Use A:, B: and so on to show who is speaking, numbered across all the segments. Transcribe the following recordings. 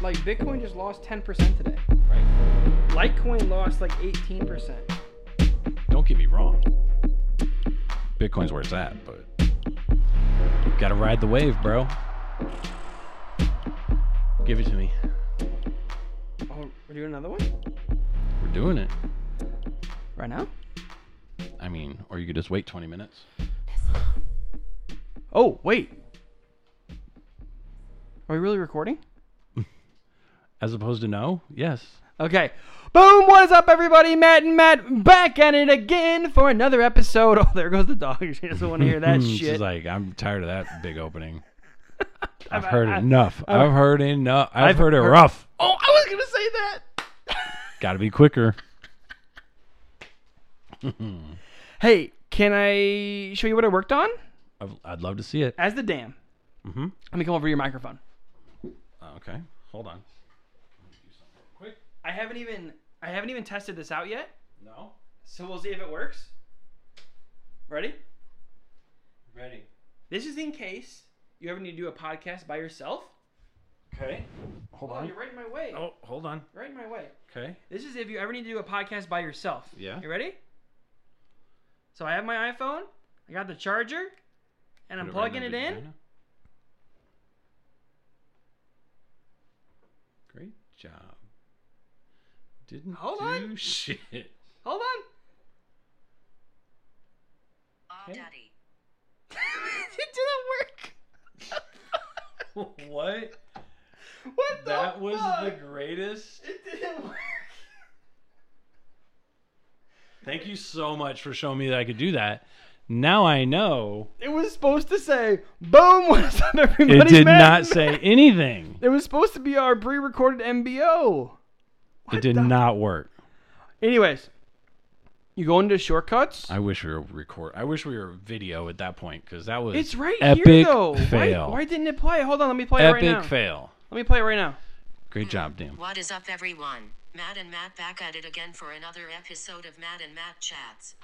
A: like Bitcoin just lost 10% today.
B: Right.
A: Litecoin lost like 18%.
B: Don't get me wrong. Bitcoin's where it's at, but you gotta ride the wave, bro. Give it to me.
A: Oh, we're doing another one?
B: We're doing it.
A: Right now?
B: I mean, or you could just wait 20 minutes.
A: Oh, wait. Are we really recording?
B: As opposed to no? Yes.
A: Okay. Boom! What is up, everybody? Matt and Matt back at it again for another episode. Oh, there goes the dog. She doesn't want to hear that
B: She's
A: shit.
B: Hmm, like, I'm tired of that big opening. I've
A: I've-
B: heard
A: I-
B: enough. I've, heard enough. I've,
A: I've
B: heard it
A: heard-
B: rough.
A: oh, I was gonna say that.
B: Gotta be quicker.
A: Hey, can I show you what I worked on?
B: I've, I'd love to see it.
A: As the dam.
B: Mm-hmm.
A: Let me come over to your microphone.
B: Okay. Hold on. Quick.
A: I haven't even I haven't even tested this out yet,
B: No.
A: so we'll see if it works. Ready?
B: Ready.
A: This is in case you ever need to do a podcast by yourself.
B: Okay. Hold
A: Oh, you're right in my way.
B: Oh, hold on.
A: Right in my way.
B: Okay.
A: This is if you ever need to do a podcast by yourself.
B: Yeah.
A: You ready? So I have my iPhone. I got the charger, and I'm plugging it in.
B: Great job. Didn't
A: Hold
B: do
A: on.
B: shit.
A: Hold on.
C: Aw,
B: Okay.
C: daddy.
A: it didn't work.
B: what?
A: what the?
B: That was the
A: fuck?
B: greatest.
A: It didn't work.
B: Thank you so much for showing me that I could do that. Now I know
A: It was supposed to say, "Boom! What's up, everybody?"
B: it did
A: Matt
B: not
A: and
B: say anything.
A: It was supposed to be our pre-recorded MBO.
B: It did not work.
A: Anyways, you go into shortcuts.
B: I wish we were record. I wish we were video at that point because that was
A: it's right here
B: epic
A: though. Why-
B: fail.
A: Why, didn't it play? Hold on, let me play
B: epic
A: it right now.
B: fail.
A: Let me play it right now.
B: Great job, Dan.
C: What is up, everyone? Matt and Matt back at it again for another episode of Matt and Matt Chats.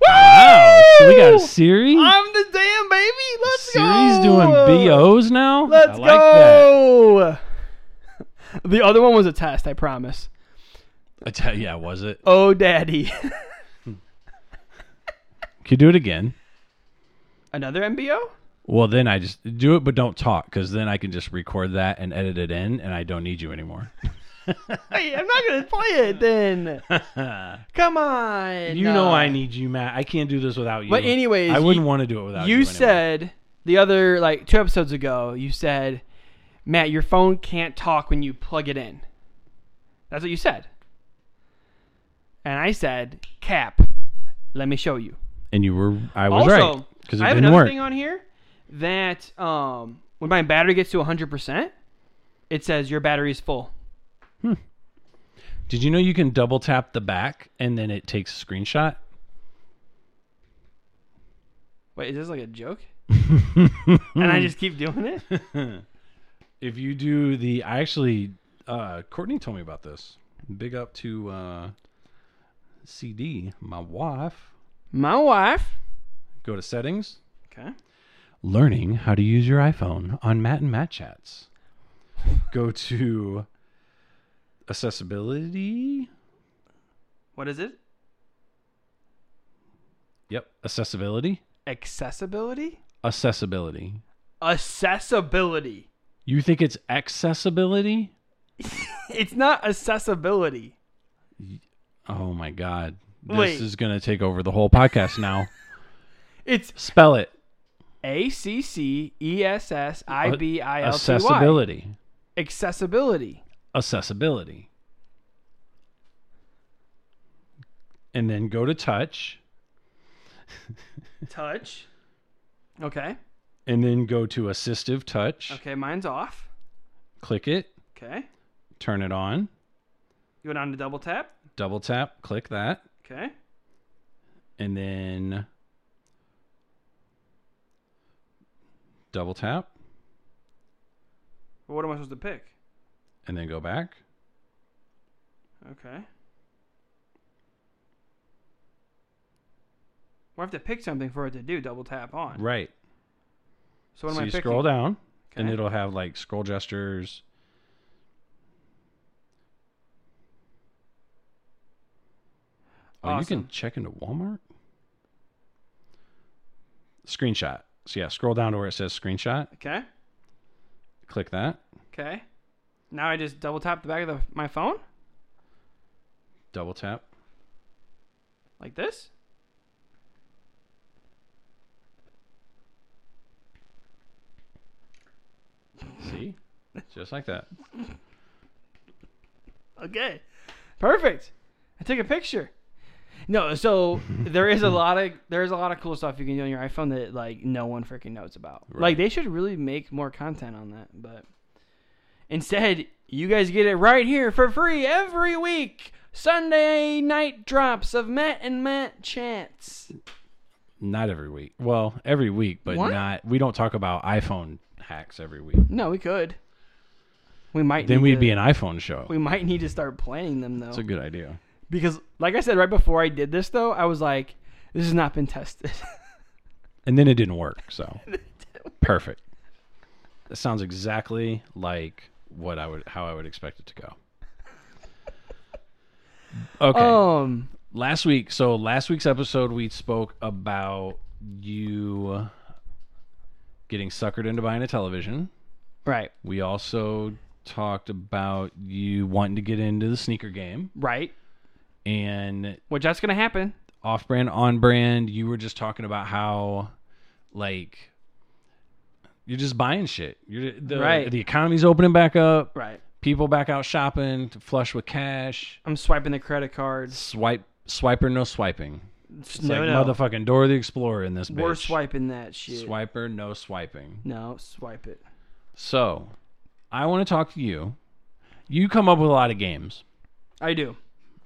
B: Wow! So we got a
A: Woo!
B: Siri.
A: I'm the damn baby. Let's
B: Siri's
A: go.
B: doing BOs now.
A: Let's
B: I like That.
A: go. the other one was a test. I promise.
B: I tell yeah, was it?
A: Oh, daddy.
B: Could you do it again?
A: Another MBO.
B: Well, then I just do it, but don't talk, because then I can just record that and edit it in, and I don't need you anymore.
A: Hey, I'm not gonna play it then. Come on.
B: You know I need you, Matt. I can't do this without you.
A: But anyways,
B: I wouldn't
A: you-
B: want to do it without you.
A: you
B: anyway.
A: said the other like two episodes ago you said matt your phone can't talk when you plug it in that's what you said and i said cap let me show you
B: and you were. I was
A: also
B: right because it
A: i have
B: didn't
A: another
B: work.
A: thing on here that um, when my battery gets to 100% it says your battery's full
B: Did you know you can double tap the back and then it takes a screenshot?
A: wait is this like a joke and i just keep doing it
B: If you do the, I actually, uh, Courtney told me about this. Big up to uh, CD, my wife.
A: my wife
B: Go to settings,
A: okay
B: learning how to use your iPhone on Matt and Matt chats. Go to accessibility.
A: what is it
B: Yep, accessibility.
A: accessibility
B: Accessibility.
A: accessibility
B: You think it's accessibility?
A: It's not accessibility.
B: Oh my god. This
A: Wait.
B: is going to take over the whole podcast now.
A: It's
B: Spell it.
A: A C C E S S I B I L T Y.
B: Accessibility.
A: Accessibility.
B: Accessibility. And then go to touch
A: Touch. Okay.
B: and then go to assistive touch.
A: Okay. Mine's off.
B: Click it,
A: Okay.
B: turn it on.
A: You went on to double tap.
B: double tap, click that,
A: Okay.
B: and then double tap,
A: What am I supposed to pick?
B: and then go back.
A: Okay. Well, I have to pick something for it to do double tap on.
B: Right.
A: So what am
B: so
A: I
B: you
A: picking?
B: scroll down, and
A: Okay.
B: it'll have like scroll gestures, Oh, you
A: Awesome.
B: can check into Walmart. Screenshot. So yeah, scroll down to where it says screenshot.
A: Okay.
B: Click that.
A: Okay. Now I just double tap the back of the, my phone
B: Double tap.
A: like this.
B: See, just like that.
A: Okay. Perfect. I took a picture. No, so there is a lot of there is a lot of cool stuff you can do on your iPhone that like no one freaking knows about. Like
B: Right.
A: they should really make more content on that, but instead you guys get it right here for free every week. Sunday night drops of Matt and Matt chats.
B: Not every week. Well, every week, but
A: What?
B: not. We don't talk about iPhone hacks every week.
A: No, we could. We might
B: Then
A: need
B: we'd
A: to-
B: be an iPhone show.
A: we might need to start planning them though.
B: That's a good idea.
A: because like I said right before I did this though, I was like this has not been tested.
B: And then it didn't work. So perfect. That sounds exactly like what I would how I would expect it to go. Okay.
A: Um
B: Last week, so last week's episode we spoke about you getting suckered into buying a television.
A: Right.
B: We also talked about you wanting to get into the sneaker game
A: Right.
B: and
A: Which that's gonna happen.
B: off brand, on brand. You were just talking about how, like, you're just buying shit. You're the
A: Right.
B: the economy's opening back up.
A: Right.
B: People back out shopping, flush with cash.
A: I'm swiping the credit cards.
B: Swipe, swiper, no swiping.
A: It's
B: It's like motherfucking Dora the Explorer in this. Bitch.
A: We're swiping that shit.
B: Swiper, no swiping.
A: No, swipe it.
B: So, I want to talk to you. You come up with a lot of games.
A: I do.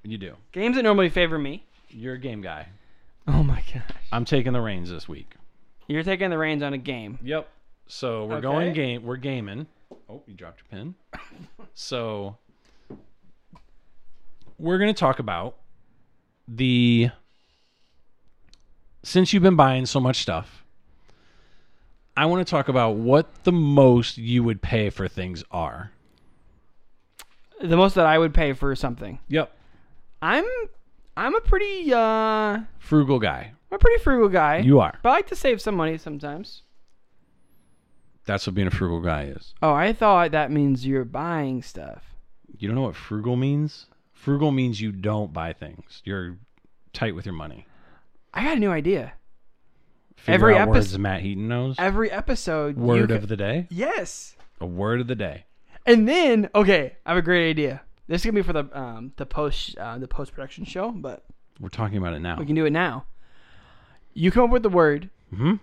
B: You do.
A: Games that normally favor me.
B: You're a game guy.
A: Oh my gosh.
B: I'm taking the reins this week.
A: You're taking the reins on a game.
B: Yep. So we're
A: Okay.
B: going game. We're gaming. Oh, you dropped your pen. so we're going to talk about the since you've been buying so much stuff. I want to talk about what the most you would pay for things are.
A: The most that I would pay for something.
B: Yep.
A: I'm I'm a pretty uh I'm
B: Frugal guy.
A: a pretty frugal guy.
B: You are.
A: But I like to save some money sometimes.
B: That's what being a frugal guy is.
A: Oh, I thought that means you're buying stuff.
B: You don't know what frugal means? Frugal means you don't buy things. You're tight with your money.
A: I got a new idea.
B: Figure
A: Every
B: out
A: epis-
B: words Matt Heaton knows.
A: Every episode you
B: Word
A: ca-
B: of the day.
A: Yes.
B: A word of the day.
A: And then, okay, I have a great idea. This is gonna be for the um, the post uh, the post production show, but
B: We're talking about it now.
A: we can do it now. You come up with the word.
B: hmm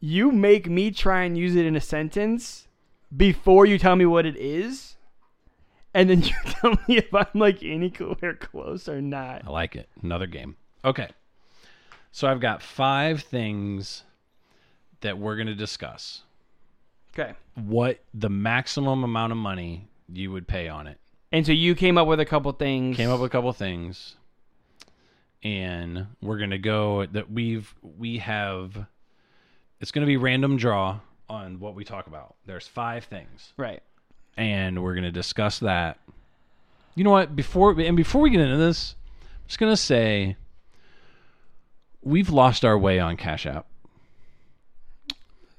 A: You make me try and use it in a sentence before you tell me what it is, and then you tell me if I'm like anywhere close or not.
B: I like it. Another game. Okay. So I've got five things that we're going to discuss.
A: Okay.
B: What the maximum amount of money you would pay on it.
A: And so you came up with a couple things.
B: Came up with a couple things, and we're going to go that we've we have. It's going to be random draw on what we talk about. There's five things.
A: right.
B: and we're gonna discuss that. You know what? Before and before we get into this, I'm just gonna say we've lost our way on Cash App.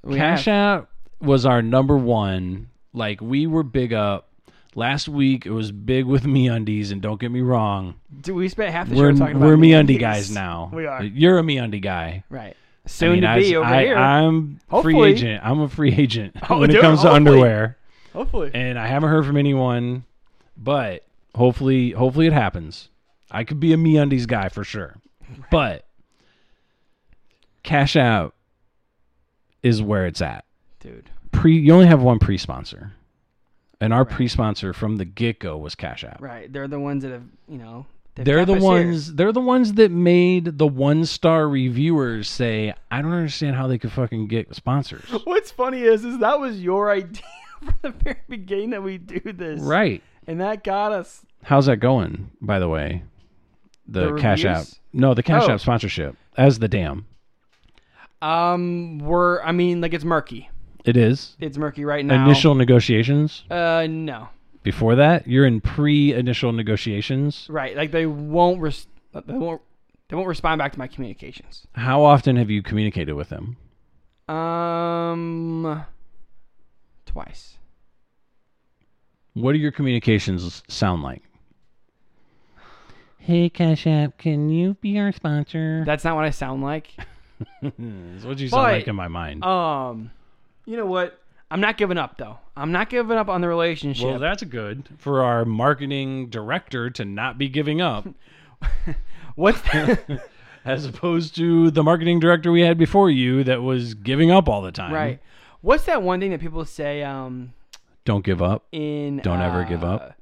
A: We
B: Cash
A: have-
B: App was our number one. Like we were big up last week. It was big with me undies, and don't get me wrong,
A: Do we spent half the
B: we're
A: show talking about
B: we're me undie
A: MeUndies.
B: guys now.
A: We are
B: You're a me undie guy.
A: right.
B: I
A: Soon
B: mean, I
A: to be
B: s-
A: over
B: I,
A: here.
B: am free
A: Hopefully.
B: agent. I'm a free agent
A: Oh,
B: when it
A: dude,
B: comes to
A: hopefully.
B: underwear.
A: Hopefully.
B: and I haven't heard from anyone. But hopefully, hopefully it happens. I could be a MeUndies guy for sure. But Cash App is where it's at.
A: Dude.
B: Pre, you only have one pre-sponsor, and our pre-sponsor from the get-go was Cash App.
A: Right. They're the ones that have, you know, they've
B: They're
A: kept
B: the
A: us
B: ones. They're the ones that made the one-star reviewers say, "I don't understand how they could fucking get sponsors."
A: here. What's funny is, is that was your idea from the very beginning that we do this,
B: right.
A: And that got us.
B: How's that going, by the way? The,
A: The
B: Cash App.
A: reviews?
B: No, the Cash
A: Oh.
B: App sponsorship. As the dam.
A: Um, we're. I mean, like it's murky.
B: It is.
A: It's murky right now.
B: Initial negotiations.
A: Uh, no.
B: Before that, you're in pre initial negotiations.
A: Right. Like they won't. Res- they won't. They won't respond back to my communications.
B: How often have you communicated with them?
A: Um, twice.
B: What do your communications sound like? Hey, Cash App, can you be our sponsor?
A: That's not what I sound like.
B: That's what you sound
A: But-
B: like in my mind.
A: Um, you know what? I'm not giving up though. I'm not giving up on the relationship.
B: well, that's good for our marketing director to not be giving up,
A: What's
B: as opposed to the marketing director we had before you that was giving up all the time.
A: right? What's that one thing that people say? Um,
B: Don't give up.
A: in
B: Don't ever give up.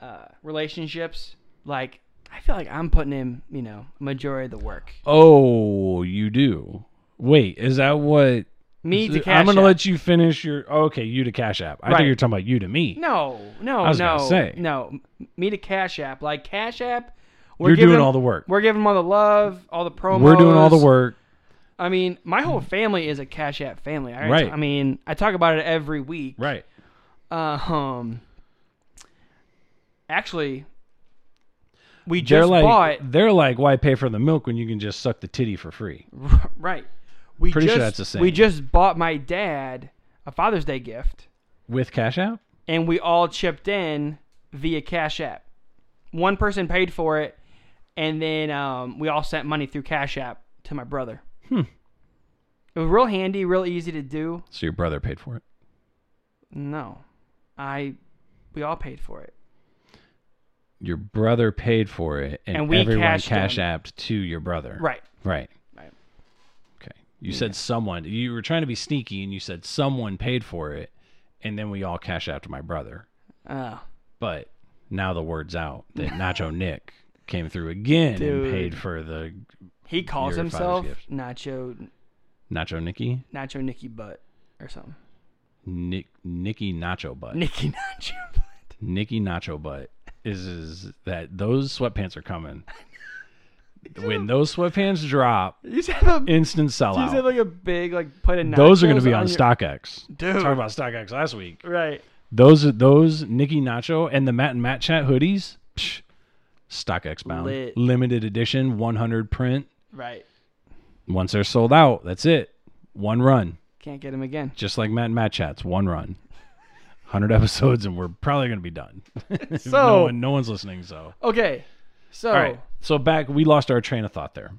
A: uh, Uh, relationships, like I feel like I'm putting in, you know, majority of the work.
B: Oh, you do. Wait, is that what?
A: Me to cash.
B: I'm gonna
A: App.
B: let you finish your. oh, okay, you to Cash App. I
A: Right.
B: think you're talking about you to me.
A: No, no,
B: I was
A: no,
B: gonna say.
A: no. Me to Cash App, like Cash App. We're
B: You're doing
A: giving-
B: all the work.
A: We're giving them all the love, all the promos.
B: We're doing all the work.
A: I mean, my whole family is a Cash App family. I,
B: Right.
A: I mean, I talk about it every week.
B: Right.
A: Uh, um. Actually, we
B: They're
A: just
B: like
A: bought.
B: they're like, why pay for the milk when you can just suck the titty for free?
A: Right. We
B: Pretty sure
A: just,
B: that's the
A: We
B: same.
A: just bought my dad a Father's Day gift,
B: With Cash App?
A: and we all chipped in via Cash App. One person paid for it, and then um, we all sent money through Cash App to my brother.
B: Hmm.
A: It was real handy, real easy to do.
B: So your brother paid for it.
A: No, I. We all paid for it.
B: Your brother paid for it, and,
A: And we
B: everyone
A: cashed
B: Cash
A: in.
B: Apped to your brother.
A: Right.
B: Right.
A: Right.
B: Okay. You said someone. You were trying to be sneaky, and you said someone paid for it, and then we all Cash Apped to my brother.
A: Oh,
B: But now the word's out that Nacho Nick came through again
A: Dude.
B: and paid for the
A: he calls
B: Your father's
A: himself
B: gift.
A: Nacho
B: Nacho Nicky
A: Nacho Nicky Butt or something.
B: Nick Nicky Nacho Butt.
A: Nicky Nacho Butt.
B: Nikki Nacho Butt is is that those sweatpants are coming. when those sweatpants drop,
A: You just have a
B: instant
A: you just have
B: sellout.
A: like a big like put in.
B: Those are going to be on,
A: your-
B: StockX.
A: Dude.
B: Talk about StockX last week.
A: Right.
B: Those are those Nikki Nacho and the Matt and Matt Chat hoodies. Psh, StockX bound,
A: Lit.
B: limited edition, 100 print.
A: Right.
B: Once they're sold out, that's it. One run,
A: Can't get him again.
B: just like Matt and Matt Chats. One run. 100 episodes, and we're probably going to be done. no,
A: So- Oh.
B: one, no one's listening, so.
A: Okay. So
B: All right. So back, we lost our train of thought there.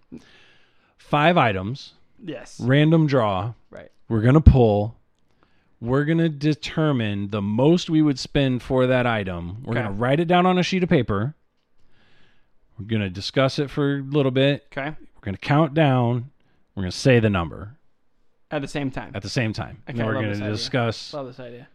B: Five items,
A: yes.
B: random draw.
A: Right.
B: We're gonna pull. We're gonna determine the most we would spend for that item. We're
A: Okay.
B: gonna write it down on a sheet of paper. We're gonna discuss it for a little bit.
A: Okay.
B: We're gonna count down. We're gonna say the number
A: At the same time.
B: at the same time. and
A: Okay, I
B: we're
A: love
B: gonna
A: this idea.
B: discuss
A: Love this idea.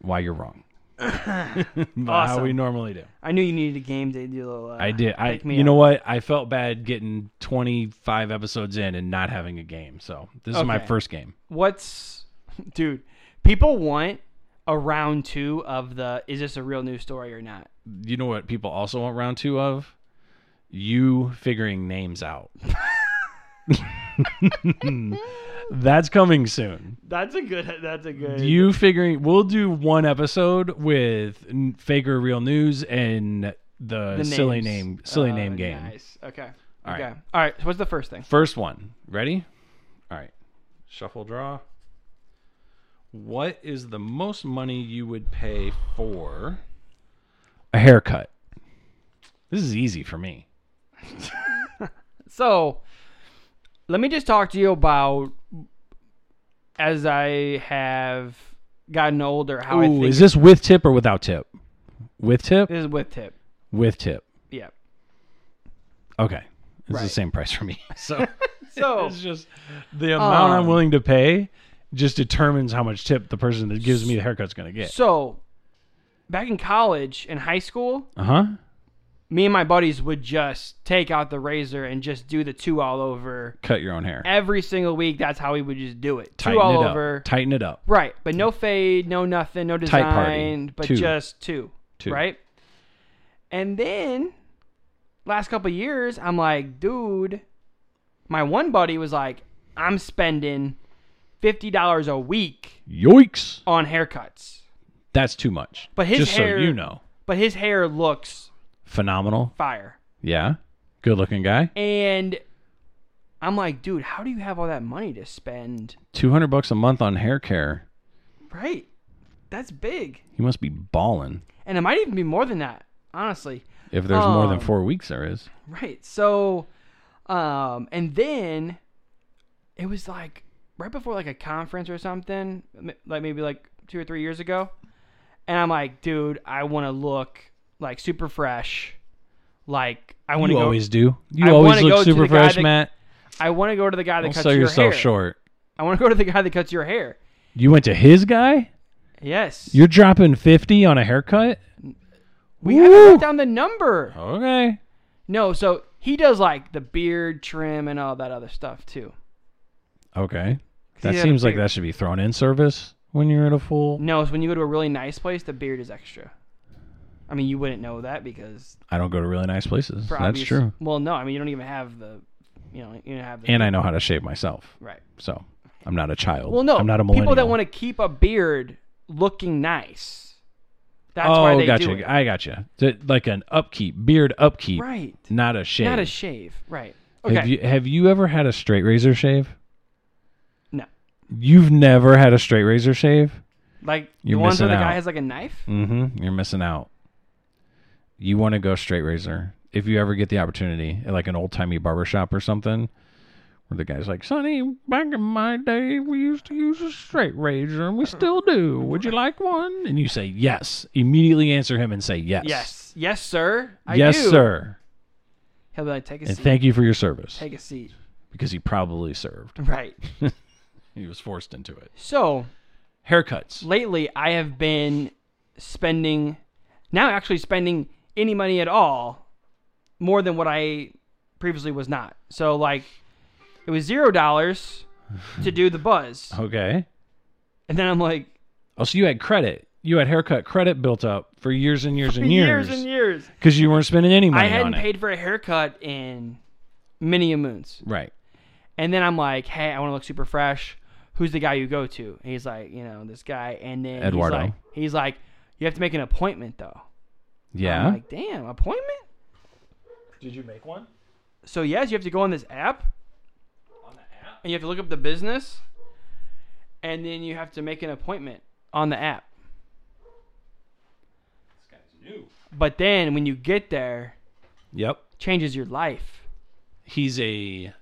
B: why you're wrong. About How
A: Awesome.
B: we normally do.
A: I knew you needed a game to do a little. Uh,
B: I did. I
A: pick me
B: you know
A: up.
B: what? I felt bad getting 25 episodes in and not having a game. So this is my
A: Okay.
B: first game.
A: What's, dude? People want a round two of the. Is this a real news story or not?
B: You know what? People also want round two of you figuring names out. That's coming soon.
A: That's a good. That's a good.
B: You figuring? We'll do one episode with n- fake or real news and the, Oh, silly name, silly
A: Uh,
B: name game.
A: Nice. Okay.
B: All right.
A: okay. All right. So what's the first thing?
B: First one. Ready? All right. Shuffle draw. What is the most money you would pay for a haircut? This is easy for me.
A: So, let me just talk to you about as I have gotten older how I
B: Ooh,
A: think
B: is this with tip or without tip? With tip?
A: this is with tip.
B: With tip.
A: Yeah.
B: Okay. It's the
A: Right. Oh.
B: same price for me. So
A: So
B: it's just the amount I'm
A: Um,
B: willing to pay just determines how much tip the person that gives me the haircut's going to get.
A: so back in college and high school,
B: Uh huh.
A: me and my buddies would just take out the razor and just do the two all over
B: Cut your own hair.
A: every single week. That's how we would just do it.
B: Tighten
A: two all
B: it
A: over.
B: Up. Tighten it up.
A: Right, but no fade, no nothing, no
B: Tight
A: design,
B: party.
A: but
B: Two.
A: just two,
B: Two.
A: Right? And then last couple of years, I'm like, dude, my one buddy was like, I'm spending $50 a week
B: Yoinks.
A: on haircuts.
B: That's too much.
A: But his
B: just
A: hair-
B: so you know,
A: But his hair looks
B: phenomenal.
A: fire.
B: Yeah. Good looking guy.
A: And I'm like, dude, how do you have all that money to spend?
B: Two hundred bucks a month on hair care.
A: Right. That's big.
B: He must be balling.
A: And it might even be more than that, honestly.
B: If there's more than
A: Um,
B: four weeks, there is.
A: Right. So, um, and then it was like right before like a conference or something, m- like maybe like two or three years ago. And I'm like, dude, I want to look like super fresh. Like I want to
B: You
A: go.
B: always do. You
A: I
B: always
A: wanna go
B: look
A: to the
B: super
A: guy
B: fresh,
A: that
B: Matt.
A: I want to go to the guy that
B: Don't
A: cuts
B: sell
A: your
B: yourself
A: hair.
B: short.
A: I want to go to the guy that cuts your hair.
B: You went to his guy.
A: Yes.
B: You're dropping fifty on a haircut.
A: we haven't
B: Woo!
A: wrote down the number.
B: Okay.
A: No, so he does like the beard trim and all that other stuff too.
B: Okay.
A: he
B: That
A: had a
B: seems like
A: beard.
B: that should be thrown in service when you're at a full.
A: No, so when you go to a really nice place, the beard is extra. I mean, you wouldn't know that because
B: I don't go to really nice places.
A: for
B: That's
A: obvious-
B: true.
A: Well, no, I mean you don't even have the, you know, you don't have the
B: And I know how to shave myself,
A: right.
B: so I'm not a child.
A: Well, no,
B: I'm not a millennial.
A: people that want to keep a beard looking nice. That's
B: oh,
A: why they
B: gotcha.
A: do it.
B: I gotcha. Th- Like an upkeep, beard upkeep,
A: right,
B: not a shave.
A: not a shave. Right. Okay.
B: Have you have you ever had a straight razor shave?
A: No.
B: You've never had a straight razor shave?
A: like the
B: You're
A: ones where the
B: missing
A: guy
B: out.
A: has like a knife.
B: Mm-hmm. You're missing out. You want to go straight razor if you ever get the opportunity at like an old timey barbershop or something, where the guy's like, "Sonny, back in my day, we used to use a straight razor, and we still do. Would you like one?" And you say yes. Immediately answer him and say yes.
A: Yes. Yes, sir. I
B: yes,
A: do.
B: sir.
A: He'll be like, take a
B: And
A: seat.
B: thank you for your service
A: take a seat.
B: because he probably served.
A: Right.
B: He was forced into it.
A: So
B: Haircuts.
A: lately I have been spending now actually spending any money at all more than what I previously was not. So like it was zero dollars to do the buzz.
B: Okay.
A: And then I'm like
B: Oh, so you had credit. You had haircut credit built up for years and years and years.
A: and years.
B: Because you weren't spending any money
A: I hadn't
B: on it.
A: paid for a haircut in many a moons.
B: Right.
A: And then I'm like, hey, I want to look super fresh. Who's the guy you go to? And he's like, you know, this guy. And then
B: Eduardo.
A: he's like, he's like, you have to make an appointment though.
B: Yeah.
A: I'm like, damn, appointment?
B: Did you make one?
A: So yes, you have to go on this app,
B: On the app?
A: and you have to look up the business, and then you have to make an appointment on the app.
B: This guy's new.
A: But then when you get there,
B: Yep.
A: changes your life.
B: He's a.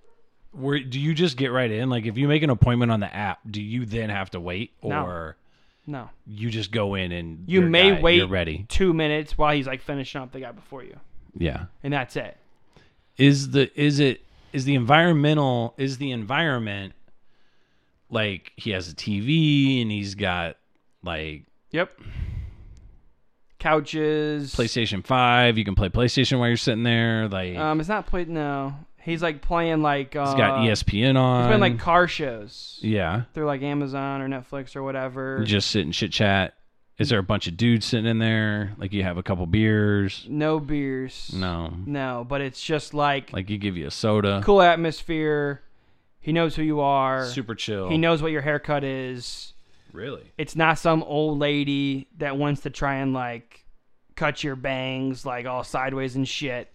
B: Where do you just get right in? Like if you make an appointment on the app, do you then have to wait,
A: No.
B: or
A: No,
B: you just go in and
A: you
B: your
A: may
B: guy-
A: wait
B: You're ready.
A: two minutes while he's like finishing up the guy before you,
B: Yeah.
A: and that's it.
B: Is the is it is the environmental is the environment like he has a TV and he's got like
A: Yep. Couches.
B: PlayStation Five. You can play PlayStation while you're sitting there. Like
A: Um, it's not played. No, he's like playing like. Uh,
B: he's got E ESPN
A: He's
B: on.
A: playing like car shows
B: yeah,
A: through like Amazon or Netflix or whatever.
B: just sit and chit chat. Is there a bunch of dudes sitting in there? Like you have a couple beers.
A: no beers.
B: No,
A: No, but it's just like
B: like you give you a soda.
A: cool atmosphere. He knows who you are.
B: Super chill.
A: He knows what your haircut is.
B: really.
A: It's not some old lady that wants to try and like cut your bangs like all sideways and shit.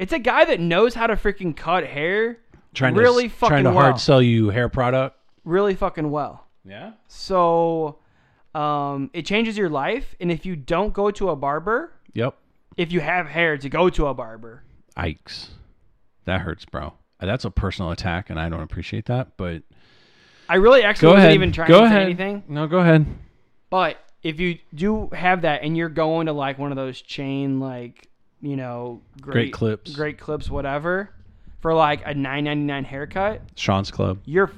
A: It's a guy that knows how to freaking cut hair
B: Trying to
A: Really
B: really
A: fucking
B: trying to
A: well.
B: hard sell you hair product.
A: really fucking well.
B: Yeah.
A: So um, it changes your life. And if you don't go to a barber,
B: Yep.
A: if you have hair to go to a barber,
B: Ikes. That hurts, bro. That's a personal attack, and I don't appreciate that. But
A: I really actually
B: go
A: wasn't
B: ahead.
A: even trying
B: go
A: to
B: ahead.
A: say anything.
B: No, go ahead.
A: But if you do have that and you're going to like one of those chain like, you know, great,
B: clips.
A: great clips, whatever, for like a nine ninety nine haircut,
B: Sean's Club.
A: you're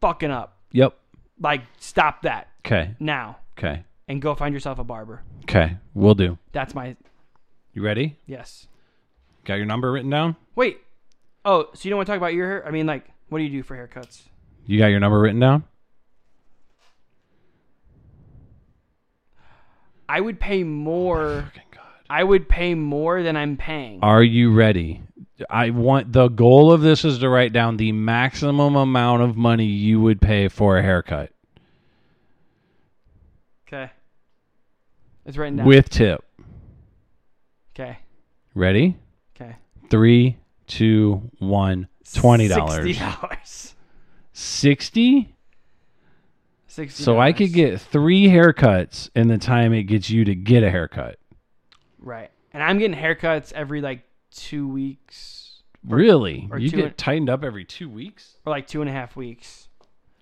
A: fucking up.
B: Yep.
A: Like, stop that
B: Okay.
A: now
B: Okay.
A: and go find yourself a barber.
B: Okay. We'll do.
A: That's my
B: You ready?
A: yes.
B: Got your number written down?
A: Wait. Oh, so you don't want to talk about your hair? I mean, like, what do you do for haircuts?
B: You got your number written down?
A: I would pay more.
B: Fucking God.
A: I would pay more than I'm paying.
B: Are you ready? I want the goal of this is to write down the maximum amount of money you would pay for a haircut
A: Okay. It's written down.
B: with tip.
A: okay.
B: Ready?
A: Okay.
B: Three, two, one. Twenty dollars.
A: Sixty dollars.
B: Sixty.
A: Sixty.
B: So I could get three haircuts in the time it gets you to get a haircut.
A: right, and I'm getting haircuts every like two weeks
B: Really?
A: or
B: you
A: two
B: get
A: and-
B: tightened up every two weeks?
A: or like two and a half weeks.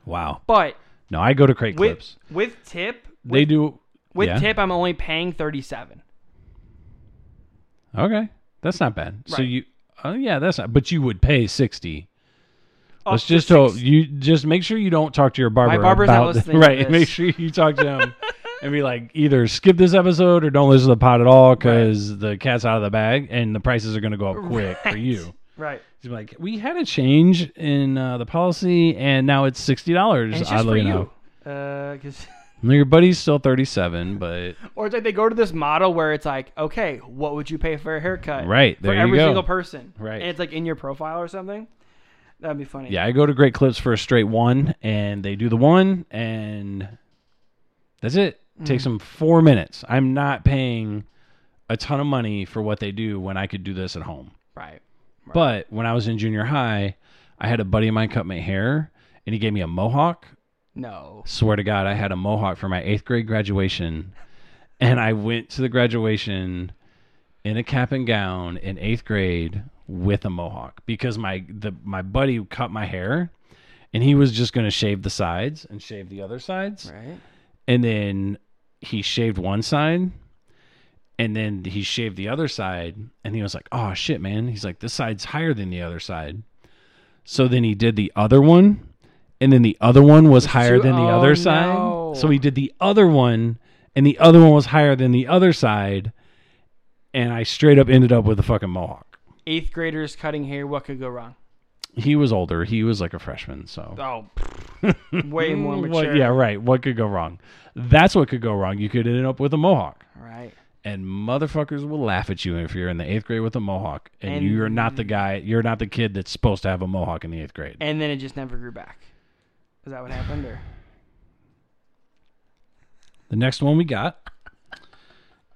B: Wow.
A: But
B: No, I go to Craig
A: with
B: Clips.
A: with tip, with,
B: They do.
A: with
B: yeah.
A: tip, I'm only paying thirty seven.
B: Okay, that's not bad. So
A: Right.
B: you, oh yeah, that's not. But you would pay sixty.
A: Up
B: Let's
A: to
B: just hope you just make sure you don't talk to your barber.
A: barber's not
B: about
A: listening to
B: right.
A: this.
B: Make sure you talk to him and be like, either skip this episode or don't listen to the pod at all because the cat's out of the bag and the prices are going to go up quick for
A: Right.
B: you.
A: Right.
B: He's like, we had a change in uh, the policy and now it's sixty dollars.
A: And it's just for
B: Oddly enough,
A: you. Uh, 'cause-
B: your buddy's still thirty-seven, but
A: or it's like they go to this model where it's like, okay, what would you pay for a haircut?
B: Right, there
A: for
B: you
A: every
B: go.
A: single person.
B: Right.
A: And it's like in your profile or something. That'd be funny.
B: Yeah, I go to Great Clips for a straight one, and they do the one, and that's it. Takes them four minutes. I'm not paying a ton of money for what they do when I could do this at home.
A: Right.
B: But when I was in junior high, I had a buddy of mine cut my hair, and he gave me a mohawk.
A: No.
B: Swear to God, I had a mohawk for my eighth grade graduation, and I went to the graduation in a cap and gown in eighth grade with a mohawk because my the my buddy cut my hair, and he was just gonna shave the sides and shave the other sides,
A: Right.
B: and then he shaved one side and then he shaved the other side and he was like oh shit man he's like this side's higher than the other side so then he did the other one and then the other one was higher
A: too-
B: than the
A: oh,
B: other side
A: no.
B: so he did the other one and the other one was higher than the other side and i straight up ended up with a fucking mohawk
A: Eighth graders cutting hair. What could go wrong?
B: he was older he was like a freshman so
A: Oh, way more
B: What-
A: mature.
B: yeah right what could go wrong that's what could go wrong you could end up with a mohawk
A: Right.
B: and motherfuckers will laugh at you if you're in the eighth grade with a mohawk and,
A: And-
B: you're not the guy you're not the kid that's supposed to have a mohawk in the eighth grade
A: And then it just never grew back. Is that what happened? Or
B: the next one we got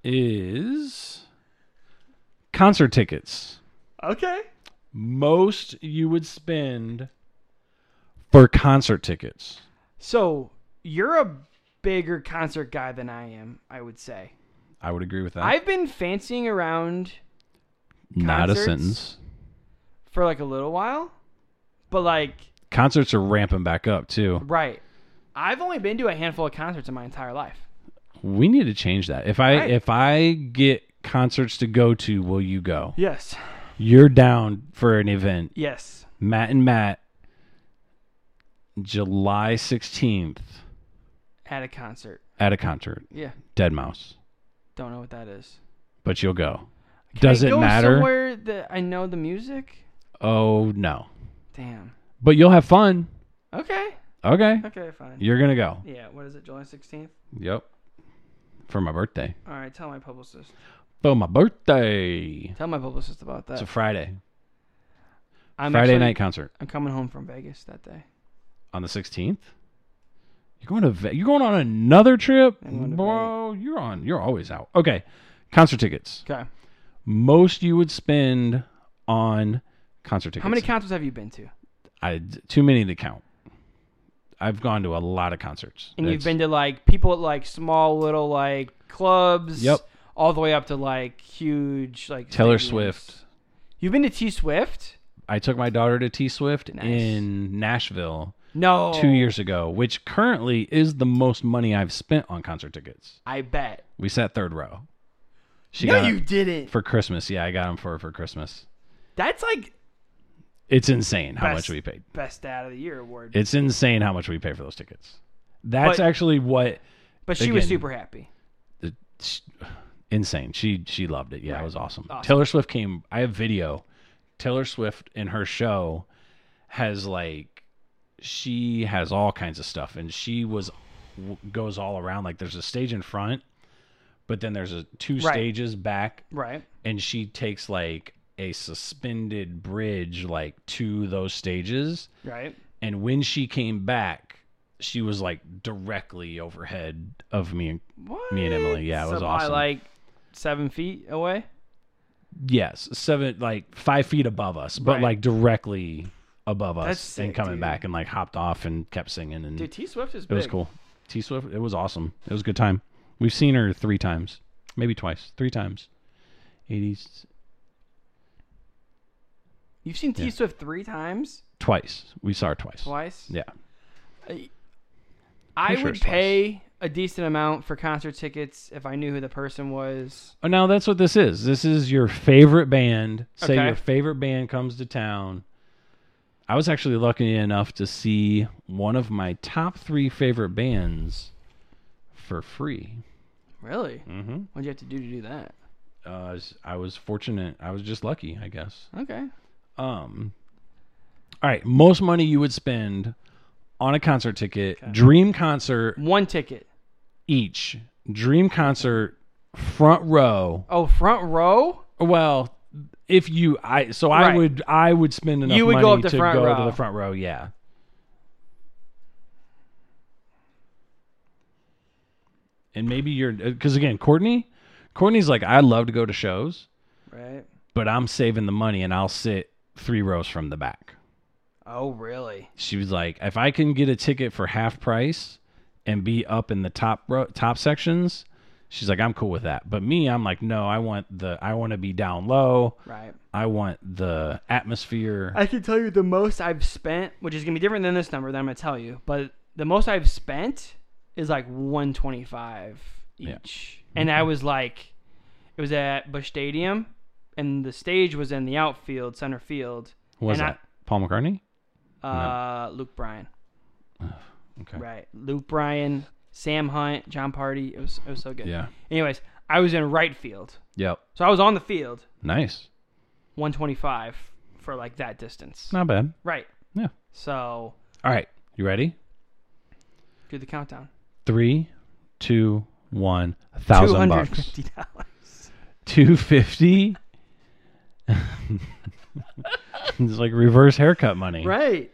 B: is concert tickets
A: okay.
B: most you would spend for concert tickets
A: So you're a bigger concert guy than I am. I would say.
B: i would agree with that
A: I've been fancying around
B: not a
A: concerts?
B: sentence
A: for like a little while, but like
B: concerts are ramping back up too
A: right, I've only been to a handful of concerts in my entire life.
B: we need to change that if i
A: Right.
B: if i get concerts to go to will you go
A: Yes.
B: you're down for an event
A: Yes.
B: Matt and Matt, July 16th
A: At a concert.
B: at a concert,
A: Yeah.
B: Dead Mouse,
A: Don't know what that is.
B: but you'll go.
A: Can
B: Does
A: I
B: it
A: go
B: matter?
A: Somewhere that I know the music.
B: Oh, no.
A: Damn.
B: But you'll have fun.
A: Okay.
B: Okay.
A: Okay. Fine.
B: You're going to go.
A: Yeah, what is it, July 16th?
B: Yep. For my birthday.
A: All right, tell my publicist.
B: For my birthday.
A: Tell my publicist about that.
B: It's a Friday.
A: I'm
B: Friday
A: actually-
B: night concert
A: I'm coming home from Vegas that day.
B: on the 16th. You're going to Ve- you're going on another trip,
A: I'm going to
B: bro. You're on. You're always out. Okay, concert tickets.
A: Okay.
B: Most you would spend on concert tickets.
A: How many concerts have you been to?
B: I too many to count. I've gone to a lot of concerts.
A: And
B: It's-
A: you've been to like people at like small little like clubs.
B: Yep.
A: All the way up to like huge like
B: Taylor
A: stadiums.
B: Swift.
A: You've been to T Swift?
B: I took my daughter to T Swift
A: Nice. Oh.
B: in Nashville
A: No.
B: two years ago, which currently is the most money I've spent on concert tickets.
A: I bet.
B: We sat third row. She
A: no,
B: got 'em
A: you didn't.
B: for Christmas. Yeah, I got them for her for Christmas.
A: That's like
B: It's insane how
A: Best.
B: much we paid.
A: best dad of the year award.
B: It's insane how much we pay for those tickets. That's
A: But-
B: actually what
A: but she was
B: again,
A: super happy.
B: it's insane. She she loved it. Yeah, it was awesome.
A: Awesome.
B: Taylor Swift came. I have video. Taylor Swift in her show has like she has all kinds of stuff, and she was w- goes all around. Like there's a stage in front, but then there's a two
A: Right.
B: stages back,
A: Right.
B: and she takes like a suspended bridge like to those stages
A: Right.
B: and when she came back she was like directly overhead of me and
A: What?
B: Me and Emily, yeah, it was
A: So probably,
B: awesome.
A: like seven feet away.
B: yes, seven like five feet above us, but
A: Right.
B: like directly above us
A: That's
B: and
A: sick,
B: coming
A: dude.
B: back and like hopped off and kept singing and
A: Dude, T Swift is
B: it
A: big.
B: was cool. T Swift, it was awesome. It was a good time. We've seen her three times, maybe twice, three times. Eighties,
A: You've seen T Swift three times,
B: twice. We saw her twice.
A: twice.
B: Yeah,
A: I
B: Pretty sure
A: would
B: it's twice.
A: pay a decent amount for concert tickets if I knew who the person was.
B: Oh, now that's what this is. This is your favorite band. Say
A: Okay.
B: your favorite band comes to town. I was actually lucky enough to see one of my top three favorite bands for free.
A: Really?
B: Mm-hmm.
A: What'd you have to do to do that?
B: Uh, I was- I was fortunate. I was just lucky, I guess.
A: Okay.
B: Um. All right, most money you would spend on a concert ticket, dream concert
A: One ticket.
B: each, dream concert front row.
A: Oh, front row?
B: Well, if you, I so I
A: Right.
B: would I would spend enough
A: You would
B: money
A: go up to
B: to
A: front
B: go to
A: row.
B: the front row. Yeah. And maybe you're because again, Courtney, Courtney's like I love to go to shows,
A: Right.
B: but I'm saving the money and I'll sit three rows from the back.
A: Oh, really?
B: She was like, if I can get a ticket for half price and be up in the top row, top sections, she's like, I'm cool with that. But me, I'm like, no, I want the I want to be down low.
A: Right.
B: I want the atmosphere.
A: I can tell you the most I've spent, which is gonna be different than this number that I'm gonna tell you, but the most I've spent is like 125
B: Yeah.
A: each, and I was like, it was at Bush Stadium, and the stage was in the outfield, center field.
B: What was
A: and I-
B: that Paul McCartney?
A: Uh, Luke Bryan,
B: Okay.
A: right? Luke Bryan, Sam Hunt, John Party. It was it was so good.
B: Yeah.
A: Anyways, I was in right field,
B: Yep.
A: so I was on the field,
B: Nice.
A: 125 for like that distance.
B: Not bad.
A: Right.
B: Yeah.
A: So
B: All right. You ready?
A: do the countdown.
B: Three, two, one. A thousand bucks.
A: dollars.
B: Two fifty. it's like reverse haircut money.
A: Right.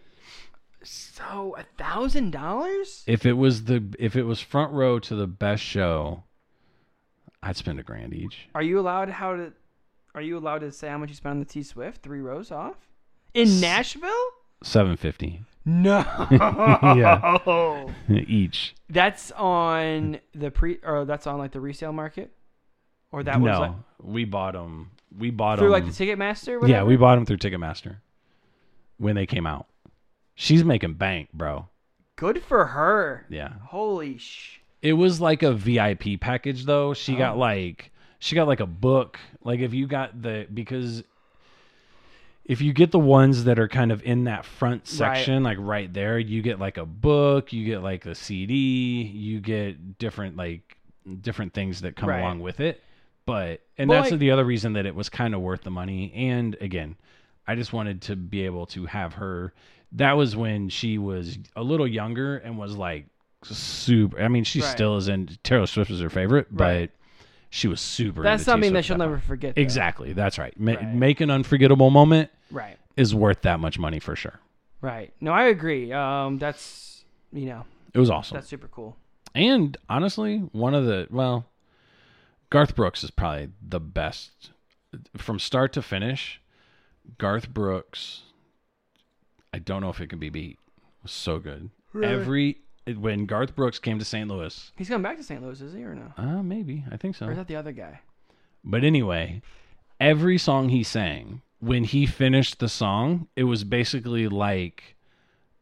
A: So a thousand dollars?
B: If it was the if it was front row to the best show, I'd spend a grand each.
A: Are you allowed how to? Are you allowed to say how much you spent on the T Swift? Three rows off in Nashville?
B: Seven fifty.
A: No.
B: Yeah. each.
A: That's on the pre, or that's on like the resale market, or that was
B: no,
A: like,
B: we bought them. We bought
A: through
B: them.
A: like the Ticketmaster.
B: Yeah, we
A: whatever?
B: bought them through Ticketmaster when they came out. She's making bank, bro.
A: Good for her.
B: Yeah.
A: Holy sh!
B: It was like a VIP package though. She got
A: Oh.
B: like she got like a book. Like if you got the because if you get the ones that are kind of in that front section, like right there, you get like a book, you get like a CD, you get different like different things that come
A: Right.
B: along with it. But and
A: But,
B: that's
A: like-
B: the other reason that it was kind of worth the money. And again, I just wanted to be able to have her. That was when she was a little younger and was like super. I mean, she
A: Right.
B: still is in Taylor Swift is her favorite, but
A: Right.
B: she was super.
A: That's
B: into
A: something
B: Taylor
A: that she'll
B: Swift at
A: never
B: point.
A: forget. though.
B: Exactly. That's right. Ma-
A: Right.
B: Make an unforgettable moment
A: Right.
B: is worth that much money for sure.
A: Right. No, I agree. Um, that's you know
B: It was awesome.
A: that's super cool.
B: and honestly, one of the well, Garth Brooks is probably the best from start to finish. Garth Brooks, I don't know if it can be beat. Was so good. Every when Garth Brooks came to St. Louis,
A: He's coming back to St. Louis, is he or no?
B: uh, maybe I think so.
A: Or is that the other guy?
B: But anyway, every song he sang, when he finished the song, it was basically like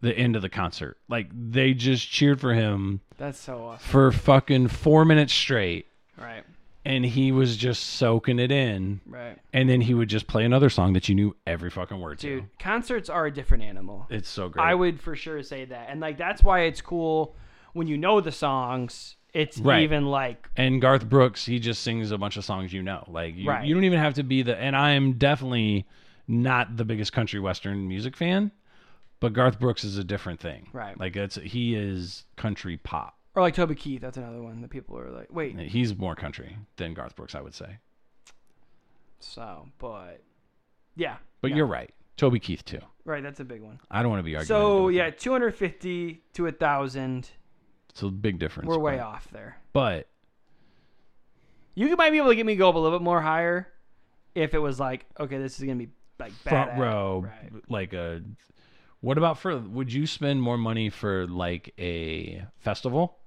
B: the end of the concert. Like they just cheered for him
A: That's so awesome.
B: for fucking four minutes straight.
A: Right,
B: And he was just soaking it in.
A: right.
B: And then he would just play another song that you knew every fucking word
A: Dude, concerts are a different animal.
B: to. It's so great.
A: I would for sure say that. And like that's why it's cool when you know the songs. It's
B: Right.
A: even like
B: and Garth Brooks, he just sings a bunch of songs you know. Like you,
A: Right.
B: you don't even have to be the. And I am definitely not the biggest country western music fan, but Garth Brooks is a different thing.
A: Right.
B: Like that's he is country pop.
A: or like Toby Keith, that's another one that people are like, "Wait."
B: He's more country than Garth Brooks, I would say.
A: So, but yeah.
B: But
A: yeah.
B: you're right. Toby Keith too.
A: right, that's a big one.
B: I don't want to be arguing.
A: So, yeah, 250 to 1000.
B: it's a big difference.
A: We're way
B: but-
A: off there.
B: But
A: You might be able to get me go up a little bit more higher if it was like, okay, this is gonna be like bad
B: front
A: act.
B: row,
A: Right.
B: like a. What about for? Would you spend more money for like a festival?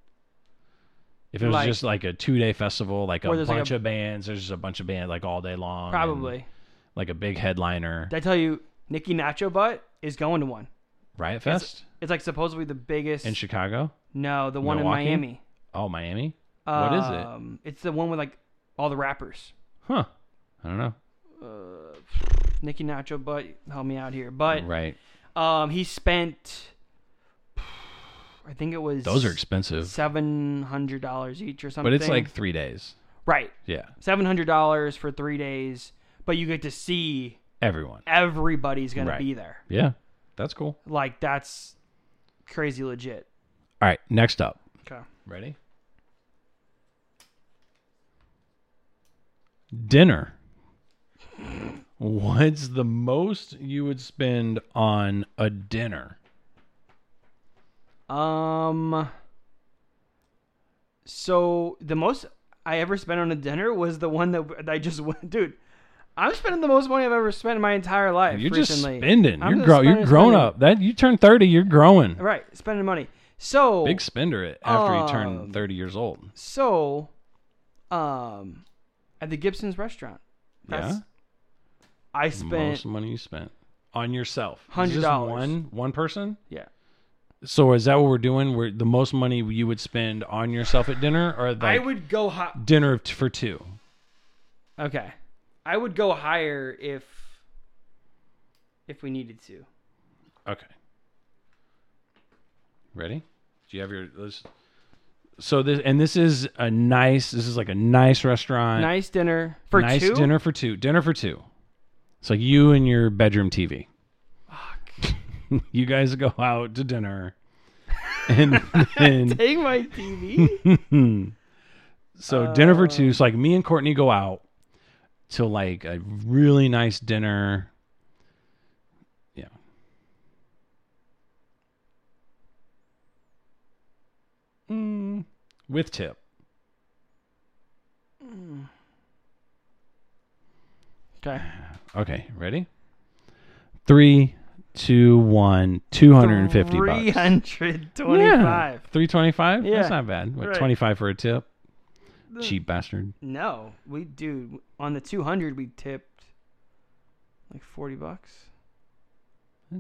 B: If it was
A: Like-
B: just like a two day festival, like a
A: Where there's,
B: bunch
A: like, a-
B: of bands, there's just a bunch of bands like all day long. and,
A: Probably.
B: like a big headliner.
A: Did I tell you, Nicki Nacho Butt is going to one.
B: Riot Fest
A: It's like supposedly the biggest.
B: in Chicago.
A: no, the one
B: Milwaukee?
A: in Miami.
B: Oh, Miami. What is it?
A: Um, It's the one with like all the rappers.
B: Huh. I don't know.
A: Nicki Nacho Butt, help me out here. But
B: Right.
A: um, he spent, I think it was
B: Those are expensive,
A: seven hundred dollars each or something.
B: but it's like three days.
A: right,
B: Yeah.
A: seven hundred dollars for three days, but you get to see
B: Everyone.
A: everybody's gonna
B: Right.
A: be there.
B: Yeah. That's cool.
A: Like that's crazy legit.
B: All right. Next up.
A: Okay.
B: Ready? Dinner. What's the most you would spend on a dinner?
A: Um. So the most I ever spent on a dinner was the one that I just went. Dude, I'm spending the most money I've ever spent in my entire life.
B: You're just
A: recently.
B: spending.
A: I'm
B: you're
A: just
B: grow. You're
A: spending,
B: grown
A: spending.
B: up. That you turn thirty, you're growing.
A: Right, spending money. So
B: Big spender it after you
A: Um,
B: turn thirty years old.
A: so, um, at the Gibson's restaurant. That's,
B: Yeah.
A: I
B: Most
A: spent.
B: money you spent on yourself. Is
A: $100.
B: this One one person.
A: Yeah.
B: So is that what we're doing? Where the most money you would spend on yourself at dinner, or like
A: I would go hot.
B: dinner t- for two?
A: Okay. I would go higher if if we needed to.
B: Okay. Ready? Do you have your this? So this and this is a nice. This is like a nice restaurant.
A: Nice dinner for
B: nice
A: two.
B: dinner for two. Dinner for two. It's like you and your bedroom TV. you guys go out to dinner, and then
A: Take my TV.
B: so dinner for two.
A: Oh.
B: So like me and Courtney go out to like a really nice dinner. Yeah. Mm, with tip.
A: okay.
B: Okay, ready? Three, two, one, two hundred and fifty
A: Three
B: bucks.
A: hundred twenty-five.
B: Three twenty-five.
A: Yeah.
B: That's not bad. What
A: Right.
B: twenty-five for a tip? Cheap bastard.
A: No, we do on the two hundred. We tipped like forty bucks.